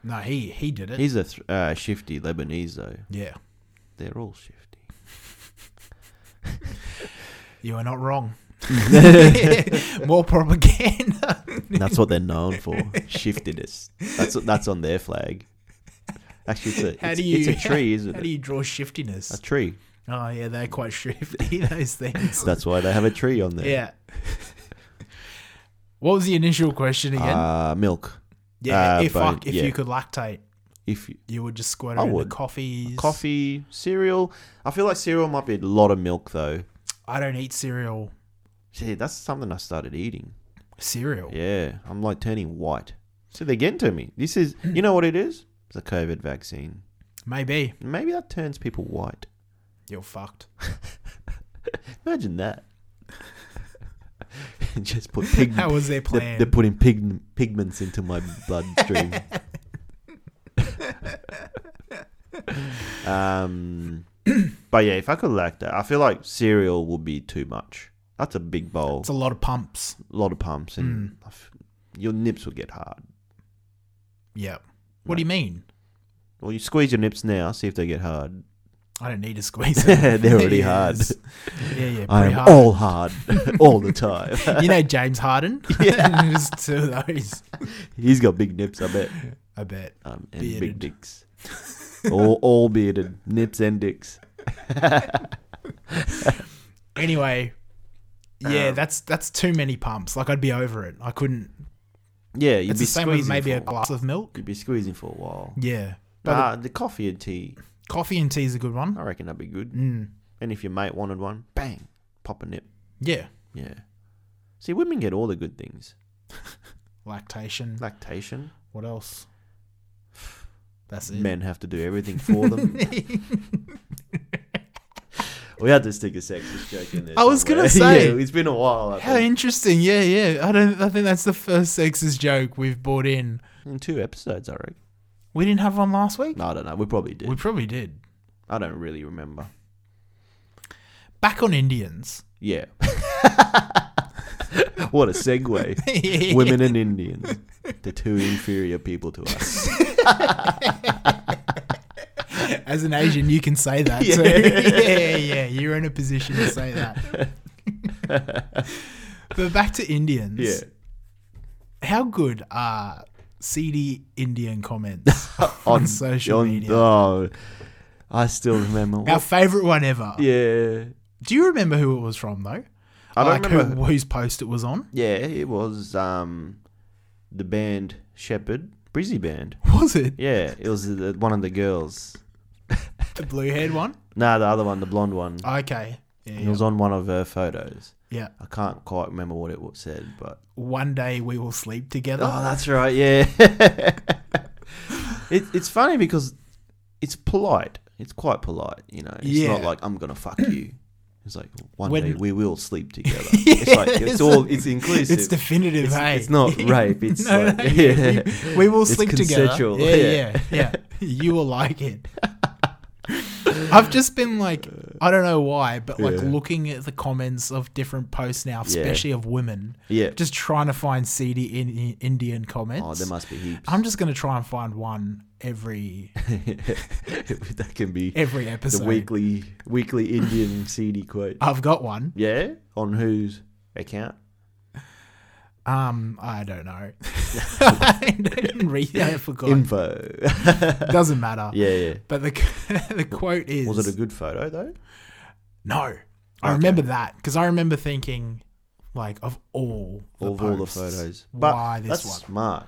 Speaker 2: No, he he did it.
Speaker 3: He's a th- uh, shifty Lebanese though.
Speaker 2: yeah.
Speaker 3: They're all shifty.
Speaker 2: You are not <laughs> wrong. More <laughs> propaganda.
Speaker 3: That's what they're known for. Shiftedness. That's that's on their flag. Actually, it's a,
Speaker 2: How
Speaker 3: it's,
Speaker 2: do you?
Speaker 3: it's
Speaker 2: <laughs>
Speaker 3: a tree, isn't
Speaker 2: How
Speaker 3: it?
Speaker 2: do you draw
Speaker 3: a
Speaker 2: shiftiness?
Speaker 3: tree.
Speaker 2: Oh yeah, they're quite shifty. <laughs> Those things.
Speaker 3: That's why they have a tree on there.
Speaker 2: Yeah. what was the initial question again?
Speaker 3: Uh, milk.
Speaker 2: yeah,
Speaker 3: uh,
Speaker 2: if
Speaker 3: but,
Speaker 2: fuck, if
Speaker 3: yeah.
Speaker 2: you could lactate,
Speaker 3: If you,
Speaker 2: you would just squirt
Speaker 3: I
Speaker 2: it into
Speaker 3: would.
Speaker 2: coffees.
Speaker 3: coffee, cereal. I feel like cereal might be a lot of milk though.
Speaker 2: I don't eat cereal.
Speaker 3: See, that's something I started eating.
Speaker 2: Cereal.
Speaker 3: Yeah, I'm like turning white. So they're getting to me. This is,
Speaker 2: Hmm.
Speaker 3: you know what it is? It's a COVID vaccine.
Speaker 2: Maybe
Speaker 3: Maybe that turns people white.
Speaker 2: you're fucked.
Speaker 3: Imagine that. <laughs> Just put <laughs>
Speaker 2: <laughs>
Speaker 3: pig-
Speaker 2: That was their
Speaker 3: they're,
Speaker 2: plan.
Speaker 3: they're putting pig- pigments into my bloodstream. um, but yeah, if I could like that, I feel like cereal would be too much. That's a big bowl,
Speaker 2: it's a Mm. lot of pumps.
Speaker 3: a lot of pumps, and I f- your nips will get hard.
Speaker 2: Yeah. What do you mean?
Speaker 3: Well, you squeeze your nips now, see if they
Speaker 2: <laughs>
Speaker 3: get hard.
Speaker 2: I don't need to
Speaker 3: <laughs>
Speaker 2: squeeze
Speaker 3: They're
Speaker 2: it.
Speaker 3: already
Speaker 2: Yeah,
Speaker 3: hard.
Speaker 2: it's- <laughs>
Speaker 3: <laughs>
Speaker 2: Yeah, yeah,
Speaker 3: I
Speaker 2: pretty
Speaker 3: am
Speaker 2: hard.
Speaker 3: all hard <laughs> all the time.
Speaker 2: <laughs> You know James
Speaker 3: <laughs>
Speaker 2: Harden? <laughs> Yeah. Just two of those.
Speaker 3: He's got big nips, I bet,
Speaker 2: I bet.
Speaker 3: um, and big
Speaker 2: Bearded.
Speaker 3: dicks. all, all bearded, nips and dicks.
Speaker 2: Anyway,
Speaker 3: Um,
Speaker 2: yeah, that's that's too many pumps. Like I'd be over it. I couldn't.
Speaker 3: Yeah, you'd
Speaker 2: It's
Speaker 3: be
Speaker 2: the same
Speaker 3: squeezing
Speaker 2: with maybe
Speaker 3: for
Speaker 2: a glass of milk.
Speaker 3: You'd be squeezing for a while.
Speaker 2: Yeah, but
Speaker 3: Ah, the coffee and tea,
Speaker 2: coffee and tea is a good one.
Speaker 3: I reckon that'd be good.
Speaker 2: Mm.
Speaker 3: And if your mate wanted one, bang, pop a nip.
Speaker 2: Yeah,
Speaker 3: Yeah. See, women get all the good things.
Speaker 2: lactation.
Speaker 3: Lactation.
Speaker 2: What else? That's it.
Speaker 3: Men have to do everything
Speaker 2: <laughs>
Speaker 3: for them. we had to stick a sexist joke in there.
Speaker 2: I was gonna
Speaker 3: somewhere. <laughs>
Speaker 2: say.
Speaker 3: yeah, it's been a while. I
Speaker 2: How
Speaker 3: think.
Speaker 2: interesting. Yeah, yeah. I don't. I think that's the first sexist joke we've brought in.
Speaker 3: In two episodes, I reckon.
Speaker 2: We didn't have one last week.
Speaker 3: No, I don't know. We probably did.
Speaker 2: We probably did.
Speaker 3: I don't really remember.
Speaker 2: Back on Indians.
Speaker 3: Yeah. <laughs> what a segue.
Speaker 2: <laughs> Yeah.
Speaker 3: Women and Indians, the two inferior people to us.
Speaker 2: As an Asian, you can say
Speaker 3: <laughs>
Speaker 2: that. Yeah. <laughs> yeah, yeah. You're in a position to say
Speaker 3: <laughs>
Speaker 2: that. but back to Indians.
Speaker 3: Yeah.
Speaker 2: How good are seedy Indian
Speaker 3: <laughs>
Speaker 2: comments <laughs> on social
Speaker 3: on-
Speaker 2: media?
Speaker 3: Oh, I still remember.
Speaker 2: Our favorite one ever.
Speaker 3: yeah.
Speaker 2: Do you remember who it was from though?
Speaker 3: I don't
Speaker 2: like
Speaker 3: remember.
Speaker 2: Who, whose post it was on?
Speaker 3: Yeah, it was um, the band Shepherd, Brizzy Band.
Speaker 2: Was it
Speaker 3: Yeah, it was the, one of the girls.
Speaker 2: <laughs> the blue haired one?
Speaker 3: Nah, the other one, the blonde one.
Speaker 2: Okay. Oh, Yeah,
Speaker 3: It was on one of her photos.
Speaker 2: yeah.
Speaker 3: I can't quite remember what it was said, but
Speaker 2: One day we will sleep together. <laughs>
Speaker 3: Oh, that's right. Yeah. <laughs> it, it's funny because it's polite. It's quite polite, you know. It's not
Speaker 2: Yeah.
Speaker 3: like I'm gonna fuck you. It's like one
Speaker 2: When-
Speaker 3: day we will
Speaker 2: <laughs>
Speaker 3: sleep together. it's like it's,
Speaker 2: it's-
Speaker 3: all it's inclusive.
Speaker 2: it's definitive,
Speaker 3: It's-
Speaker 2: hey? <laughs>
Speaker 3: it's not rape, it's like-
Speaker 2: yeah, we, we will
Speaker 3: It's
Speaker 2: sleep
Speaker 3: consensual,
Speaker 2: together. Yeah,
Speaker 3: yeah.
Speaker 2: yeah,
Speaker 3: <laughs>
Speaker 2: yeah. You will like it. I've just been like, I don't know why, but like
Speaker 3: Yeah.
Speaker 2: looking at the comments of different posts now,
Speaker 3: Yeah.
Speaker 2: especially of women,
Speaker 3: yeah.
Speaker 2: just trying to find seedy in- Indian
Speaker 3: oh,
Speaker 2: comments.
Speaker 3: there must be heaps.
Speaker 2: I'm just gonna try and find one every
Speaker 3: <laughs> that can
Speaker 2: <laughs>
Speaker 3: be
Speaker 2: every
Speaker 3: <laughs> the
Speaker 2: episode.
Speaker 3: weekly weekly Indian CD quote.
Speaker 2: I've got one.
Speaker 3: yeah, on whose account?
Speaker 2: Um, I don't
Speaker 3: <laughs>
Speaker 2: know. <laughs> I didn't read it. I forgot. <laughs>
Speaker 3: Info.
Speaker 2: Doesn't matter.
Speaker 3: yeah, yeah.
Speaker 2: But the the <laughs> quote is
Speaker 3: Was it a good photo though?
Speaker 2: no. I remember that because I remember thinking, like, of all the
Speaker 3: of all the
Speaker 2: posts,
Speaker 3: photos.
Speaker 2: why this
Speaker 3: that's
Speaker 2: one?
Speaker 3: smart.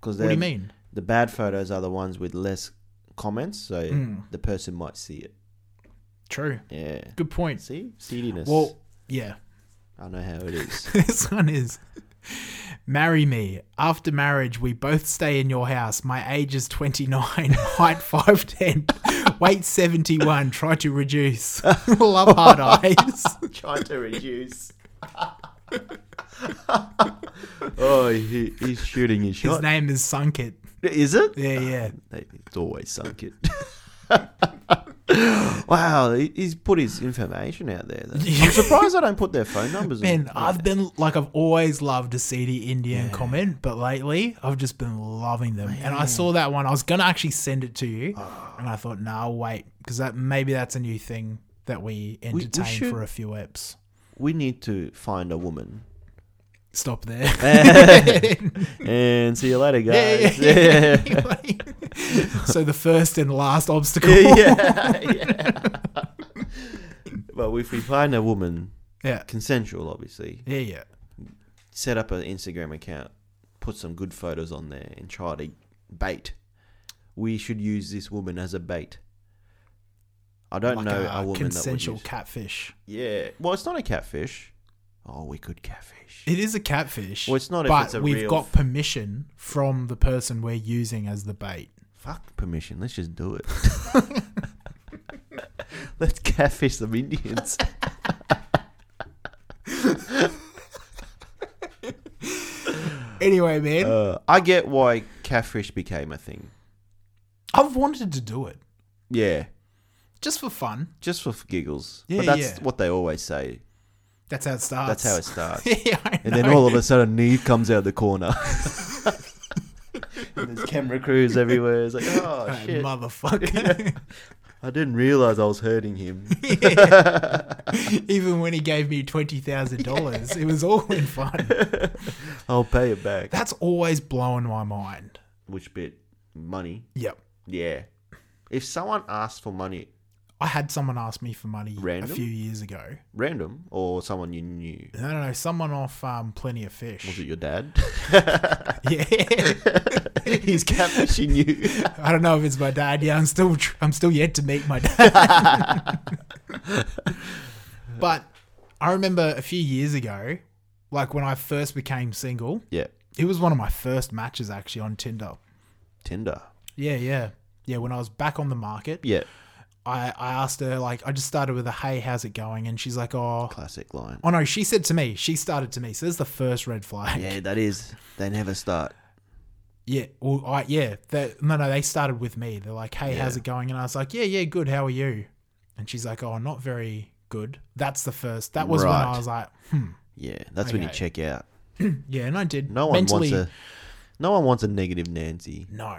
Speaker 3: Because
Speaker 2: What do you mean?
Speaker 3: The bad photos are the ones with less comments, so
Speaker 2: Hmm.
Speaker 3: the person might see it.
Speaker 2: True.
Speaker 3: Yeah.
Speaker 2: Good point.
Speaker 3: See? Seediness.
Speaker 2: Well, yeah. <laughs>
Speaker 3: I know how it is.
Speaker 2: this one is marry me after marriage we both stay in your house my age is 29 <laughs> height 510 weight 71 try to reduce <laughs> love
Speaker 3: <laughs>
Speaker 2: hard eyes
Speaker 3: Try to reduce. oh, he, he's shooting his
Speaker 2: his
Speaker 3: shot.
Speaker 2: name is sunkit
Speaker 3: <laughs> is it?
Speaker 2: yeah yeah
Speaker 3: It's always
Speaker 2: <laughs>
Speaker 3: sunk it. wow, he- he's put his information out there.
Speaker 2: <laughs>
Speaker 3: Though. I'm surprised I don't put their phone numbers. in.
Speaker 2: man i've been like i've always loved a seedy indian comment but lately i've just been loving them and i saw that one i was gonna actually send it to you
Speaker 3: Ah.
Speaker 2: and i thought nah I'll wait because that maybe that's a new thing that we
Speaker 3: we
Speaker 2: entertain
Speaker 3: should-
Speaker 2: for a few eps
Speaker 3: We need to find a woman
Speaker 2: stop there.
Speaker 3: <laughs>
Speaker 2: <laughs>
Speaker 3: and see you later, guys.
Speaker 2: Anyway. <laughs> so the first and last obstacle.
Speaker 3: <laughs> Yeah, yeah. <laughs> but if we find a woman,
Speaker 2: Yeah.
Speaker 3: consensual, obviously,
Speaker 2: Yeah, yeah.
Speaker 3: set up an Instagram account, put some good photos on there, and try to bait. We should use this woman as a bait. I don't
Speaker 2: Like
Speaker 3: know
Speaker 2: a,
Speaker 3: a, woman
Speaker 2: consensual
Speaker 3: that
Speaker 2: catfish.
Speaker 3: would use. Yeah, well, it's not a catfish. Oh, we could catfish.
Speaker 2: It is a catfish.
Speaker 3: Well, it's not if
Speaker 2: But
Speaker 3: it's a
Speaker 2: we've
Speaker 3: real
Speaker 2: got
Speaker 3: f-
Speaker 2: permission from the person we're using as the bait.
Speaker 3: Fuck permission. Let's just
Speaker 2: <laughs> <laughs>
Speaker 3: do it. Let's catfish some Indians.
Speaker 2: Anyway, man,
Speaker 3: Uh, I get why catfish became a thing.
Speaker 2: I've wanted to do it
Speaker 3: Yeah,
Speaker 2: just for fun.
Speaker 3: just for f- giggles.
Speaker 2: Yeah,
Speaker 3: but that's
Speaker 2: yeah.
Speaker 3: what they always say.
Speaker 2: That's how it starts.
Speaker 3: That's
Speaker 2: <laughs>
Speaker 3: how it starts.
Speaker 2: yeah, I
Speaker 3: And then
Speaker 2: know.
Speaker 3: all of a sudden, Neve comes out
Speaker 2: <laughs>
Speaker 3: the corner. and there's camera crews everywhere. It's like, oh,
Speaker 2: Hey,
Speaker 3: shit. <laughs>
Speaker 2: motherfucker. <laughs>
Speaker 3: I didn't realize I was hurting him.
Speaker 2: Even when he gave me twenty thousand
Speaker 3: <laughs>
Speaker 2: dollars, it was all in fun.
Speaker 3: I'll pay it back.
Speaker 2: That's always blowing my mind.
Speaker 3: Which bit? Money.
Speaker 2: Yep.
Speaker 3: Yeah. If someone asks for money,
Speaker 2: I had someone ask me for money
Speaker 3: Random?
Speaker 2: a few years ago.
Speaker 3: random, or someone you knew,
Speaker 2: I don't know, someone off um, Plenty of Fish.
Speaker 3: was it your dad?
Speaker 2: <laughs> Yeah.
Speaker 3: He's catfish you knew. <laughs>
Speaker 2: I don't know if it's my dad. Yeah, I'm still tr- I'm still yet to meet my dad. but I remember a few years ago, like when I first became single,
Speaker 3: yeah.
Speaker 2: it was one of my first matches actually on Tinder.
Speaker 3: Tinder.
Speaker 2: Yeah, yeah. Yeah, when I was back on the market,
Speaker 3: Yeah.
Speaker 2: I, I asked her, like, I just started with a, hey, how's it going? And she's like, oh,
Speaker 3: Classic line.
Speaker 2: oh no, she said to me, she started to me. So this is the first red flag.
Speaker 3: Yeah, that is. They never start.
Speaker 2: Yeah, well, I yeah, that no, no, they started with me. They're like, "Hey, how's it going?" And I was like, "Yeah, yeah, good. How are you?" And she's like, "Oh, not very good." That's the first. That was when
Speaker 3: Right.
Speaker 2: I was like, "Hmm,
Speaker 3: Yeah, that's when you
Speaker 2: Okay.
Speaker 3: check out.
Speaker 2: yeah." And I did.
Speaker 3: No one
Speaker 2: mentally,
Speaker 3: wants a. No one wants a negative Nancy.
Speaker 2: no.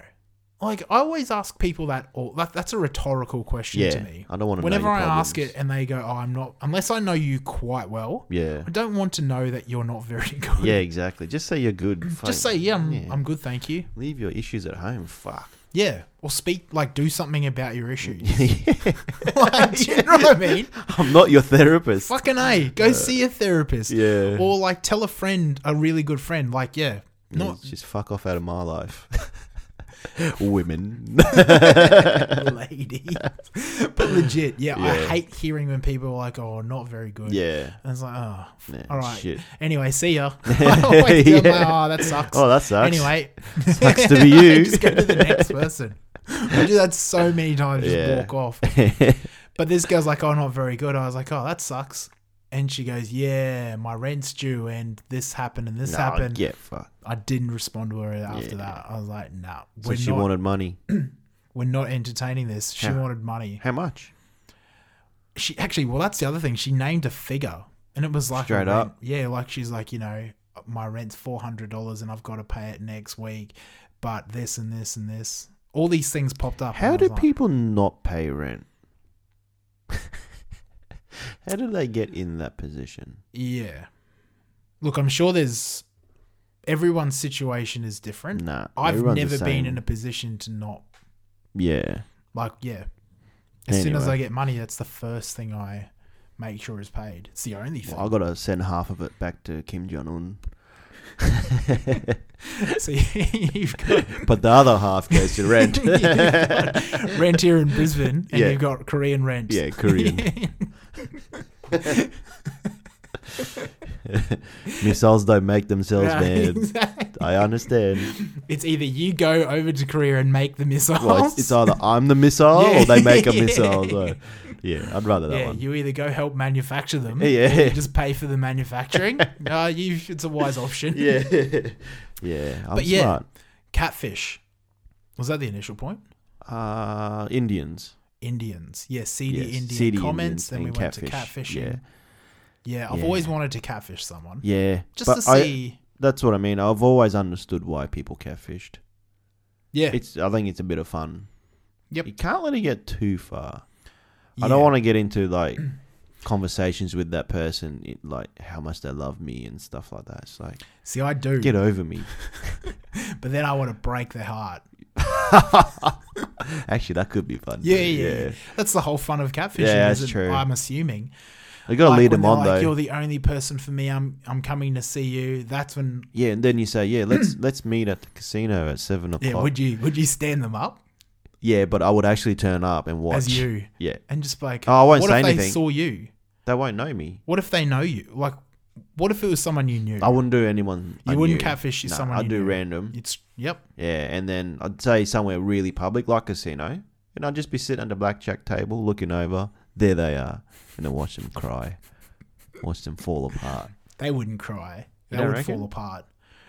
Speaker 2: Like I always ask people that, or that, that's a rhetorical question to
Speaker 3: Yeah,
Speaker 2: me.
Speaker 3: I don't wanna know
Speaker 2: Whenever
Speaker 3: your
Speaker 2: I ask
Speaker 3: problems.
Speaker 2: it and they go, "Oh, I'm not," unless I know you quite well,
Speaker 3: Yeah.
Speaker 2: I don't want to know that you're not <laughs> very good.
Speaker 3: Yeah, exactly. Just say you're good.
Speaker 2: just
Speaker 3: fuck.
Speaker 2: say, "Yeah, I'm, I'm good, thank you."
Speaker 3: Leave your issues at
Speaker 2: <laughs>
Speaker 3: home. Fuck.
Speaker 2: Yeah, or speak like do something about your issue. <laughs>
Speaker 3: <laughs> I'm
Speaker 2: like, do you know what I mean?
Speaker 3: not your therapist.
Speaker 2: Fucking A. Go see a therapist.
Speaker 3: yeah.
Speaker 2: Or like tell a friend, a really good friend, like, yeah.
Speaker 3: Yeah,
Speaker 2: Not
Speaker 3: just fuck off out of my
Speaker 2: <laughs>
Speaker 3: life. Women.
Speaker 2: lady. <laughs> but legit, yeah, I
Speaker 3: Yeah.
Speaker 2: hate hearing when people are like, oh, not very good.
Speaker 3: yeah.
Speaker 2: And it's like, oh,
Speaker 3: Yeah,
Speaker 2: all right.
Speaker 3: shit.
Speaker 2: Anyway, see
Speaker 3: <laughs>
Speaker 2: ya. <laughs> I always do, I'm like,
Speaker 3: Yeah.
Speaker 2: oh, that sucks.
Speaker 3: Oh, that sucks. <laughs>
Speaker 2: Anyway.
Speaker 3: Sucks
Speaker 2: <laughs>
Speaker 3: to be you.
Speaker 2: just go to the next person. I do that so many times, just
Speaker 3: Yeah.
Speaker 2: walk off. But this girl's like, oh, not very good. I was like, oh, that sucks. And she goes, yeah, my rent's due and this happened and this
Speaker 3: Nah,
Speaker 2: happened.
Speaker 3: Yeah, fuck.
Speaker 2: I didn't respond to her after
Speaker 3: Yeah.
Speaker 2: that. I was like, nah,
Speaker 3: So
Speaker 2: we're,
Speaker 3: she
Speaker 2: not,
Speaker 3: wanted money.
Speaker 2: we're not entertaining this. She
Speaker 3: Yeah.
Speaker 2: wanted money.
Speaker 3: How much?
Speaker 2: She actually, well, that's the other thing. She named a figure and it was like, a
Speaker 3: Straight
Speaker 2: rent-
Speaker 3: up.
Speaker 2: Yeah, like she's like, you know, my rent's $400 and I've got to pay it next week, but this and this and this. All these things popped up. and
Speaker 3: How
Speaker 2: I
Speaker 3: do
Speaker 2: was like,
Speaker 3: people not pay rent? <laughs> How do they get in that position?
Speaker 2: Yeah. Look, I'm sure there's everyone's situation is different.
Speaker 3: Nah,
Speaker 2: I've
Speaker 3: Mm. everyone's the
Speaker 2: never been
Speaker 3: same.
Speaker 2: in a position to not
Speaker 3: Yeah.
Speaker 2: like yeah. As soon as
Speaker 3: Anyway.
Speaker 2: I get money, that's the first thing I make sure is paid. It's the only thing.
Speaker 3: Well, I gotta send half of it back to Kim Jong Un,
Speaker 2: <laughs> so you've got
Speaker 3: <laughs> but the other half goes to
Speaker 2: <laughs>
Speaker 3: rent. <laughs>
Speaker 2: rent here in Brisbane, and
Speaker 3: Yeah.
Speaker 2: you've got Korean rent.
Speaker 3: yeah, Korean
Speaker 2: <laughs>
Speaker 3: missiles don't make
Speaker 2: <laughs>
Speaker 3: themselves,
Speaker 2: Right,
Speaker 3: man.
Speaker 2: exactly.
Speaker 3: I understand.
Speaker 2: <laughs> It's either you go over to Korea and make the missiles.
Speaker 3: Well, it's, it's either I'm the missile or
Speaker 2: Yeah.
Speaker 3: they make
Speaker 2: <laughs>
Speaker 3: a
Speaker 2: Yeah.
Speaker 3: missile. So, yeah, I'd rather that
Speaker 2: yeah,
Speaker 3: one.
Speaker 2: you either go help manufacture them,
Speaker 3: Yeah, yeah.
Speaker 2: or you just pay for the
Speaker 3: <laughs>
Speaker 2: manufacturing. uh, you, it's a wise option.
Speaker 3: yeah, <laughs> yeah. I'm
Speaker 2: But yeah.
Speaker 3: smart.
Speaker 2: Catfish. Was that the initial point?
Speaker 3: Uh, Indians.
Speaker 2: Indians. Yeah, seedy
Speaker 3: Yes,
Speaker 2: Indian
Speaker 3: seedy
Speaker 2: comments.
Speaker 3: Indians
Speaker 2: then we
Speaker 3: and
Speaker 2: went
Speaker 3: catfish,
Speaker 2: to catfishing. Yeah, I've
Speaker 3: Yeah.
Speaker 2: always wanted to catfish someone.
Speaker 3: Yeah,
Speaker 2: Just
Speaker 3: but
Speaker 2: to
Speaker 3: I-
Speaker 2: see.
Speaker 3: that's what I mean. I've always understood why people catfished.
Speaker 2: yeah.
Speaker 3: It's. I think it's a bit of fun.
Speaker 2: Yep.
Speaker 3: You can't let it get too far. I
Speaker 2: yeah.
Speaker 3: don't want to get into like conversations with that person, it- like how much they love me and stuff like that. It's like
Speaker 2: See, I do.
Speaker 3: get over
Speaker 2: <laughs>
Speaker 3: me.
Speaker 2: But then I want to break their heart.
Speaker 3: Actually, that could be fun.
Speaker 2: Yeah,
Speaker 3: too,
Speaker 2: yeah. yeah. That's the whole fun of catfishing.
Speaker 3: Yeah, that's
Speaker 2: isn't it?
Speaker 3: true.
Speaker 2: I'm assuming.
Speaker 3: You gotta
Speaker 2: Like,
Speaker 3: lead
Speaker 2: when
Speaker 3: them
Speaker 2: they're
Speaker 3: on
Speaker 2: like,
Speaker 3: though.
Speaker 2: You're the only person for me. I'm I'm coming to see you. That's when.
Speaker 3: Yeah, and then you say, yeah,
Speaker 2: <clears throat>
Speaker 3: let's let's meet at the casino at seven
Speaker 2: Yeah.
Speaker 3: o'clock. Yeah,
Speaker 2: Would you Would you stand them up
Speaker 3: but I would actually turn up and watch.
Speaker 2: as you
Speaker 3: Yeah,
Speaker 2: and just be like?
Speaker 3: Oh, I won't
Speaker 2: what
Speaker 3: say
Speaker 2: if
Speaker 3: anything.
Speaker 2: they saw you?
Speaker 3: they won't know me.
Speaker 2: What if they know you? Like, what if it was someone you knew?
Speaker 3: I wouldn't do anyone.
Speaker 2: You
Speaker 3: I
Speaker 2: wouldn't
Speaker 3: knew.
Speaker 2: catfish
Speaker 3: Nah,
Speaker 2: someone
Speaker 3: I'd
Speaker 2: you
Speaker 3: do
Speaker 2: knew.
Speaker 3: random.
Speaker 2: It's yep.
Speaker 3: Yeah, and then I'd say somewhere really public, like casino, and I'd just be sitting at the blackjack table looking over. There they are, and then watch them cry, watch them fall apart.
Speaker 2: They wouldn't cry. They
Speaker 3: don't
Speaker 2: would
Speaker 3: reckon?
Speaker 2: fall apart.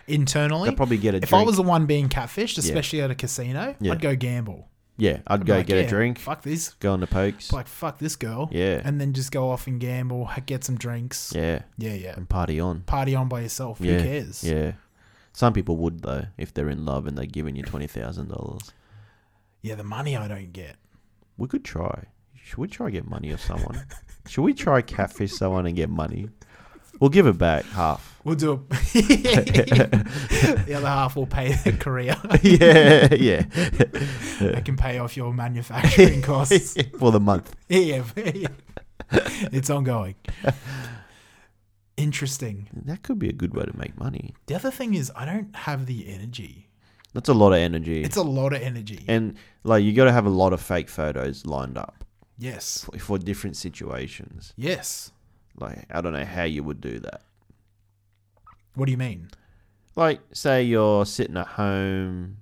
Speaker 2: internally.
Speaker 3: They'll probably get a
Speaker 2: if I
Speaker 3: drink.
Speaker 2: was the one being catfished, especially at a casino,
Speaker 3: Yeah.
Speaker 2: I'd go gamble.
Speaker 3: yeah, I'd
Speaker 2: I'd
Speaker 3: go
Speaker 2: be like,
Speaker 3: get
Speaker 2: yeah,
Speaker 3: a drink,
Speaker 2: Fuck this.
Speaker 3: go on the pokes.
Speaker 2: Like fuck this girl.
Speaker 3: Yeah.
Speaker 2: And then just go off and gamble, ha- get some drinks.
Speaker 3: yeah,
Speaker 2: Yeah, yeah.
Speaker 3: and party on.
Speaker 2: Party on by yourself.
Speaker 3: Yeah,
Speaker 2: Who cares?
Speaker 3: Yeah. Some people would though if they're in love and they're giving you twenty thousand dollars.
Speaker 2: Yeah, the money I don't get.
Speaker 3: We could try. Should we try get money
Speaker 2: <laughs>
Speaker 3: off someone? Should we try catfish someone and get money? We'll give it
Speaker 2: <laughs>
Speaker 3: back half. <laughs>
Speaker 2: We'll do it. the other half will pay
Speaker 3: <laughs>
Speaker 2: the career.
Speaker 3: yeah, yeah.
Speaker 2: I can pay off your
Speaker 3: <laughs>
Speaker 2: manufacturing costs.
Speaker 3: For the month.
Speaker 2: <laughs> yeah, yeah. it's
Speaker 3: <laughs>
Speaker 2: ongoing. Interesting.
Speaker 3: That could be a good way to make money.
Speaker 2: The other thing is, I don't have the energy.
Speaker 3: That's a lot of energy.
Speaker 2: It's a lot of energy.
Speaker 3: and like you got to have a lot of fake photos lined up
Speaker 2: yes.
Speaker 3: for, for different situations.
Speaker 2: Yes.
Speaker 3: Like I don't know how you would do that.
Speaker 2: What do you mean?
Speaker 3: Like say you're sitting at home,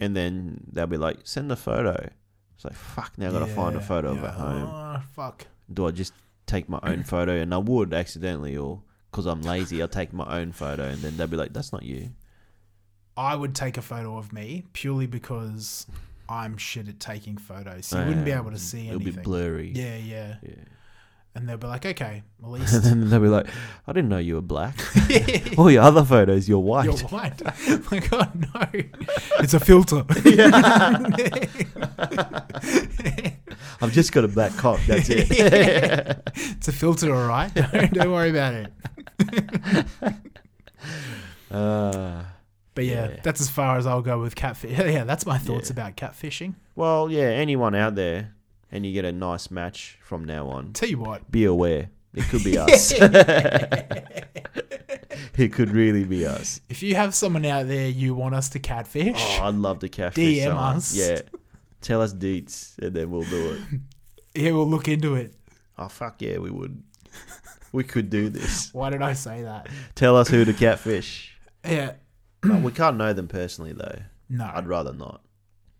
Speaker 3: and then they'll be like, "Send a photo." It's like fuck. Now I got to find a
Speaker 2: Yeah,
Speaker 3: photo of
Speaker 2: yeah.
Speaker 3: at home.
Speaker 2: Oh, fuck.
Speaker 3: Do I just take my own photo? And I would accidentally, or because I'm lazy, I'll take my own photo, and then they'll be like, "That's not you."
Speaker 2: I would take a photo of me purely because I'm shit at taking photos. So you wouldn't be able to see
Speaker 3: It'll
Speaker 2: anything.
Speaker 3: be blurry.
Speaker 2: Yeah, yeah.
Speaker 3: Yeah.
Speaker 2: And they'll be like, okay, at
Speaker 3: <laughs> And
Speaker 2: least <laughs>
Speaker 3: then they'll be like, I didn't know you were <laughs> black. All your other photos, you're white.
Speaker 2: you're white. <laughs> My God, no. It's a
Speaker 3: <laughs>
Speaker 2: filter. <laughs>
Speaker 3: I've just got a black cock. That's <laughs> it.
Speaker 2: It's a filter, all right? <laughs> Don't, don't worry about it.
Speaker 3: Uh,
Speaker 2: But yeah,
Speaker 3: Yeah.
Speaker 2: that's as far as I'll go with catfish. <laughs> Yeah, that's my thoughts
Speaker 3: Yeah.
Speaker 2: about catfishing.
Speaker 3: well, yeah, anyone out there and you get a nice match from now on,
Speaker 2: Tell you what,
Speaker 3: be aware. It could <laughs> be us. <laughs> it could really be us.
Speaker 2: if you have someone out there you want us to catfish,
Speaker 3: Oh, I'd love to catfish
Speaker 2: DM
Speaker 3: someone.
Speaker 2: us.
Speaker 3: Yeah. Tell us deets and then we'll do it.
Speaker 2: yeah, we'll look into it.
Speaker 3: Oh, fuck yeah, we would. We could do this.
Speaker 2: Why did I say that?
Speaker 3: Tell us who to catfish.
Speaker 2: Yeah,
Speaker 3: But we can't know them personally, though.
Speaker 2: no.
Speaker 3: I'd rather not.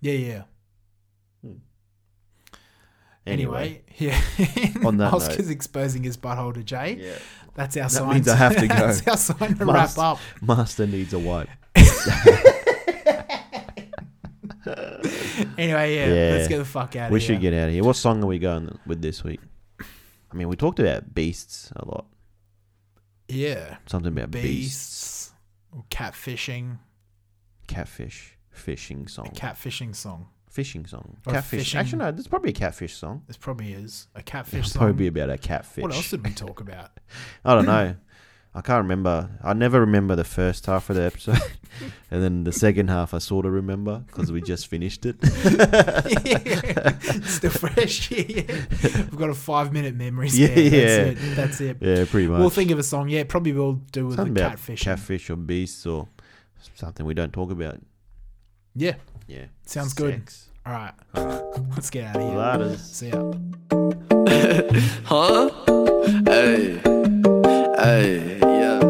Speaker 2: yeah, yeah.
Speaker 3: Anyway.
Speaker 2: Anyway, <laughs> yeah.
Speaker 3: <laughs> On that
Speaker 2: Oscar's
Speaker 3: note.
Speaker 2: exposing his butthole to Jay.
Speaker 3: Yeah.
Speaker 2: That's our sign.
Speaker 3: means I have
Speaker 2: <laughs>
Speaker 3: to go.
Speaker 2: That's our sign to
Speaker 3: Must. <laughs>
Speaker 2: wrap up.
Speaker 3: Master needs a wipe.
Speaker 2: Anyway, yeah,
Speaker 3: Yeah.
Speaker 2: let's get the fuck out
Speaker 3: we
Speaker 2: of here.
Speaker 3: should get out of here. What song are we going with this week? I mean, we talked about beasts a lot.
Speaker 2: yeah,
Speaker 3: Something about beasts,
Speaker 2: beasts, or catfishing,
Speaker 3: catfish, fishing song,
Speaker 2: catfishing song.
Speaker 3: fishing song,
Speaker 2: Or
Speaker 3: catfish.
Speaker 2: fishing.
Speaker 3: Actually, no, there's probably a catfish song.
Speaker 2: This probably is a catfish song.
Speaker 3: Probably about a catfish.
Speaker 2: What else did we
Speaker 3: <laughs>
Speaker 2: talk about? <laughs>
Speaker 3: I don't know. I can't remember. I never remember the first half of the
Speaker 2: <laughs>
Speaker 3: episode, and then the second half I sort of remember because we just
Speaker 2: <laughs>
Speaker 3: finished it.
Speaker 2: Still fresh. <laughs> Yeah, yeah. We've got a five minute memory
Speaker 3: <laughs> Yeah,
Speaker 2: span. That's
Speaker 3: yeah.
Speaker 2: it. That's it.
Speaker 3: yeah, pretty much.
Speaker 2: We'll think of a song. Yeah, probably we'll do with
Speaker 3: something
Speaker 2: the
Speaker 3: about
Speaker 2: catfishing.
Speaker 3: catfish or beasts or something we don't talk about.
Speaker 2: yeah.
Speaker 3: Yeah,
Speaker 2: Sounds good.
Speaker 3: Sex.
Speaker 2: All right. Let's get out of here.
Speaker 3: Laters.
Speaker 2: See ya.
Speaker 5: Huh? Hey, hey, yeah.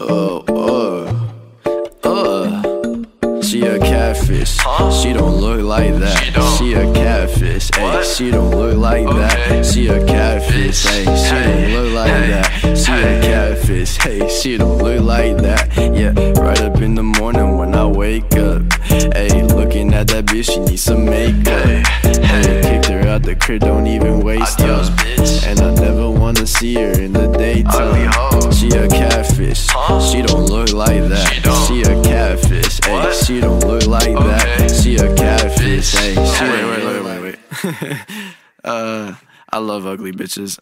Speaker 5: Oh, oh, oh. She a catfish. She don't look like that. She, a catfish. Hey, she don't look like that. She a catfish. Hey, she don't look like that. She a catfish. Hey, she don't look like that. Yeah, right up in the morning when I wake up. Hey, looking at that bitch, she needs some makeup. Hey, kicked her out the crib, don't even waste
Speaker 6: Adios,
Speaker 5: time.
Speaker 6: bitch.
Speaker 5: And I never wanna see her in the
Speaker 6: Ugly
Speaker 5: daytime.
Speaker 6: hoe.
Speaker 5: She a catfish.
Speaker 6: Huh?
Speaker 5: She don't look like that.
Speaker 6: She don't.
Speaker 5: She a catfish. Hey,
Speaker 6: What?
Speaker 5: she don't look like
Speaker 6: Okay.
Speaker 5: that. She a catfish. Hey, she
Speaker 6: Wait,
Speaker 5: don't
Speaker 6: wait,
Speaker 5: look
Speaker 6: wait, wait,
Speaker 5: like
Speaker 6: wait.
Speaker 5: <laughs>
Speaker 6: uh, I love ugly bitches.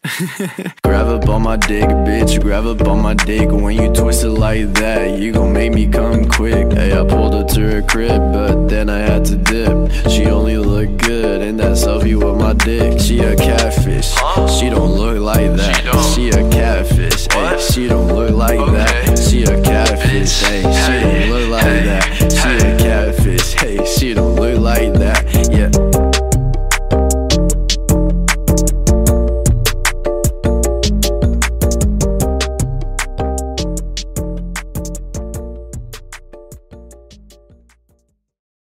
Speaker 5: Grab up on my dick, bitch. Grab up on my dick. When you twist it like that, you gon' make me come quick. Hey, I pulled her to her crib, but then I had to dip. She only looked good in that selfie with my dick. She a catfish.
Speaker 6: Huh?
Speaker 5: She don't look like that.
Speaker 6: She don't.
Speaker 5: She a catfish. Hey,
Speaker 6: What?
Speaker 5: she don't look like
Speaker 6: Okay.
Speaker 5: that. She a catfish.
Speaker 6: Bitch.
Speaker 5: Hey,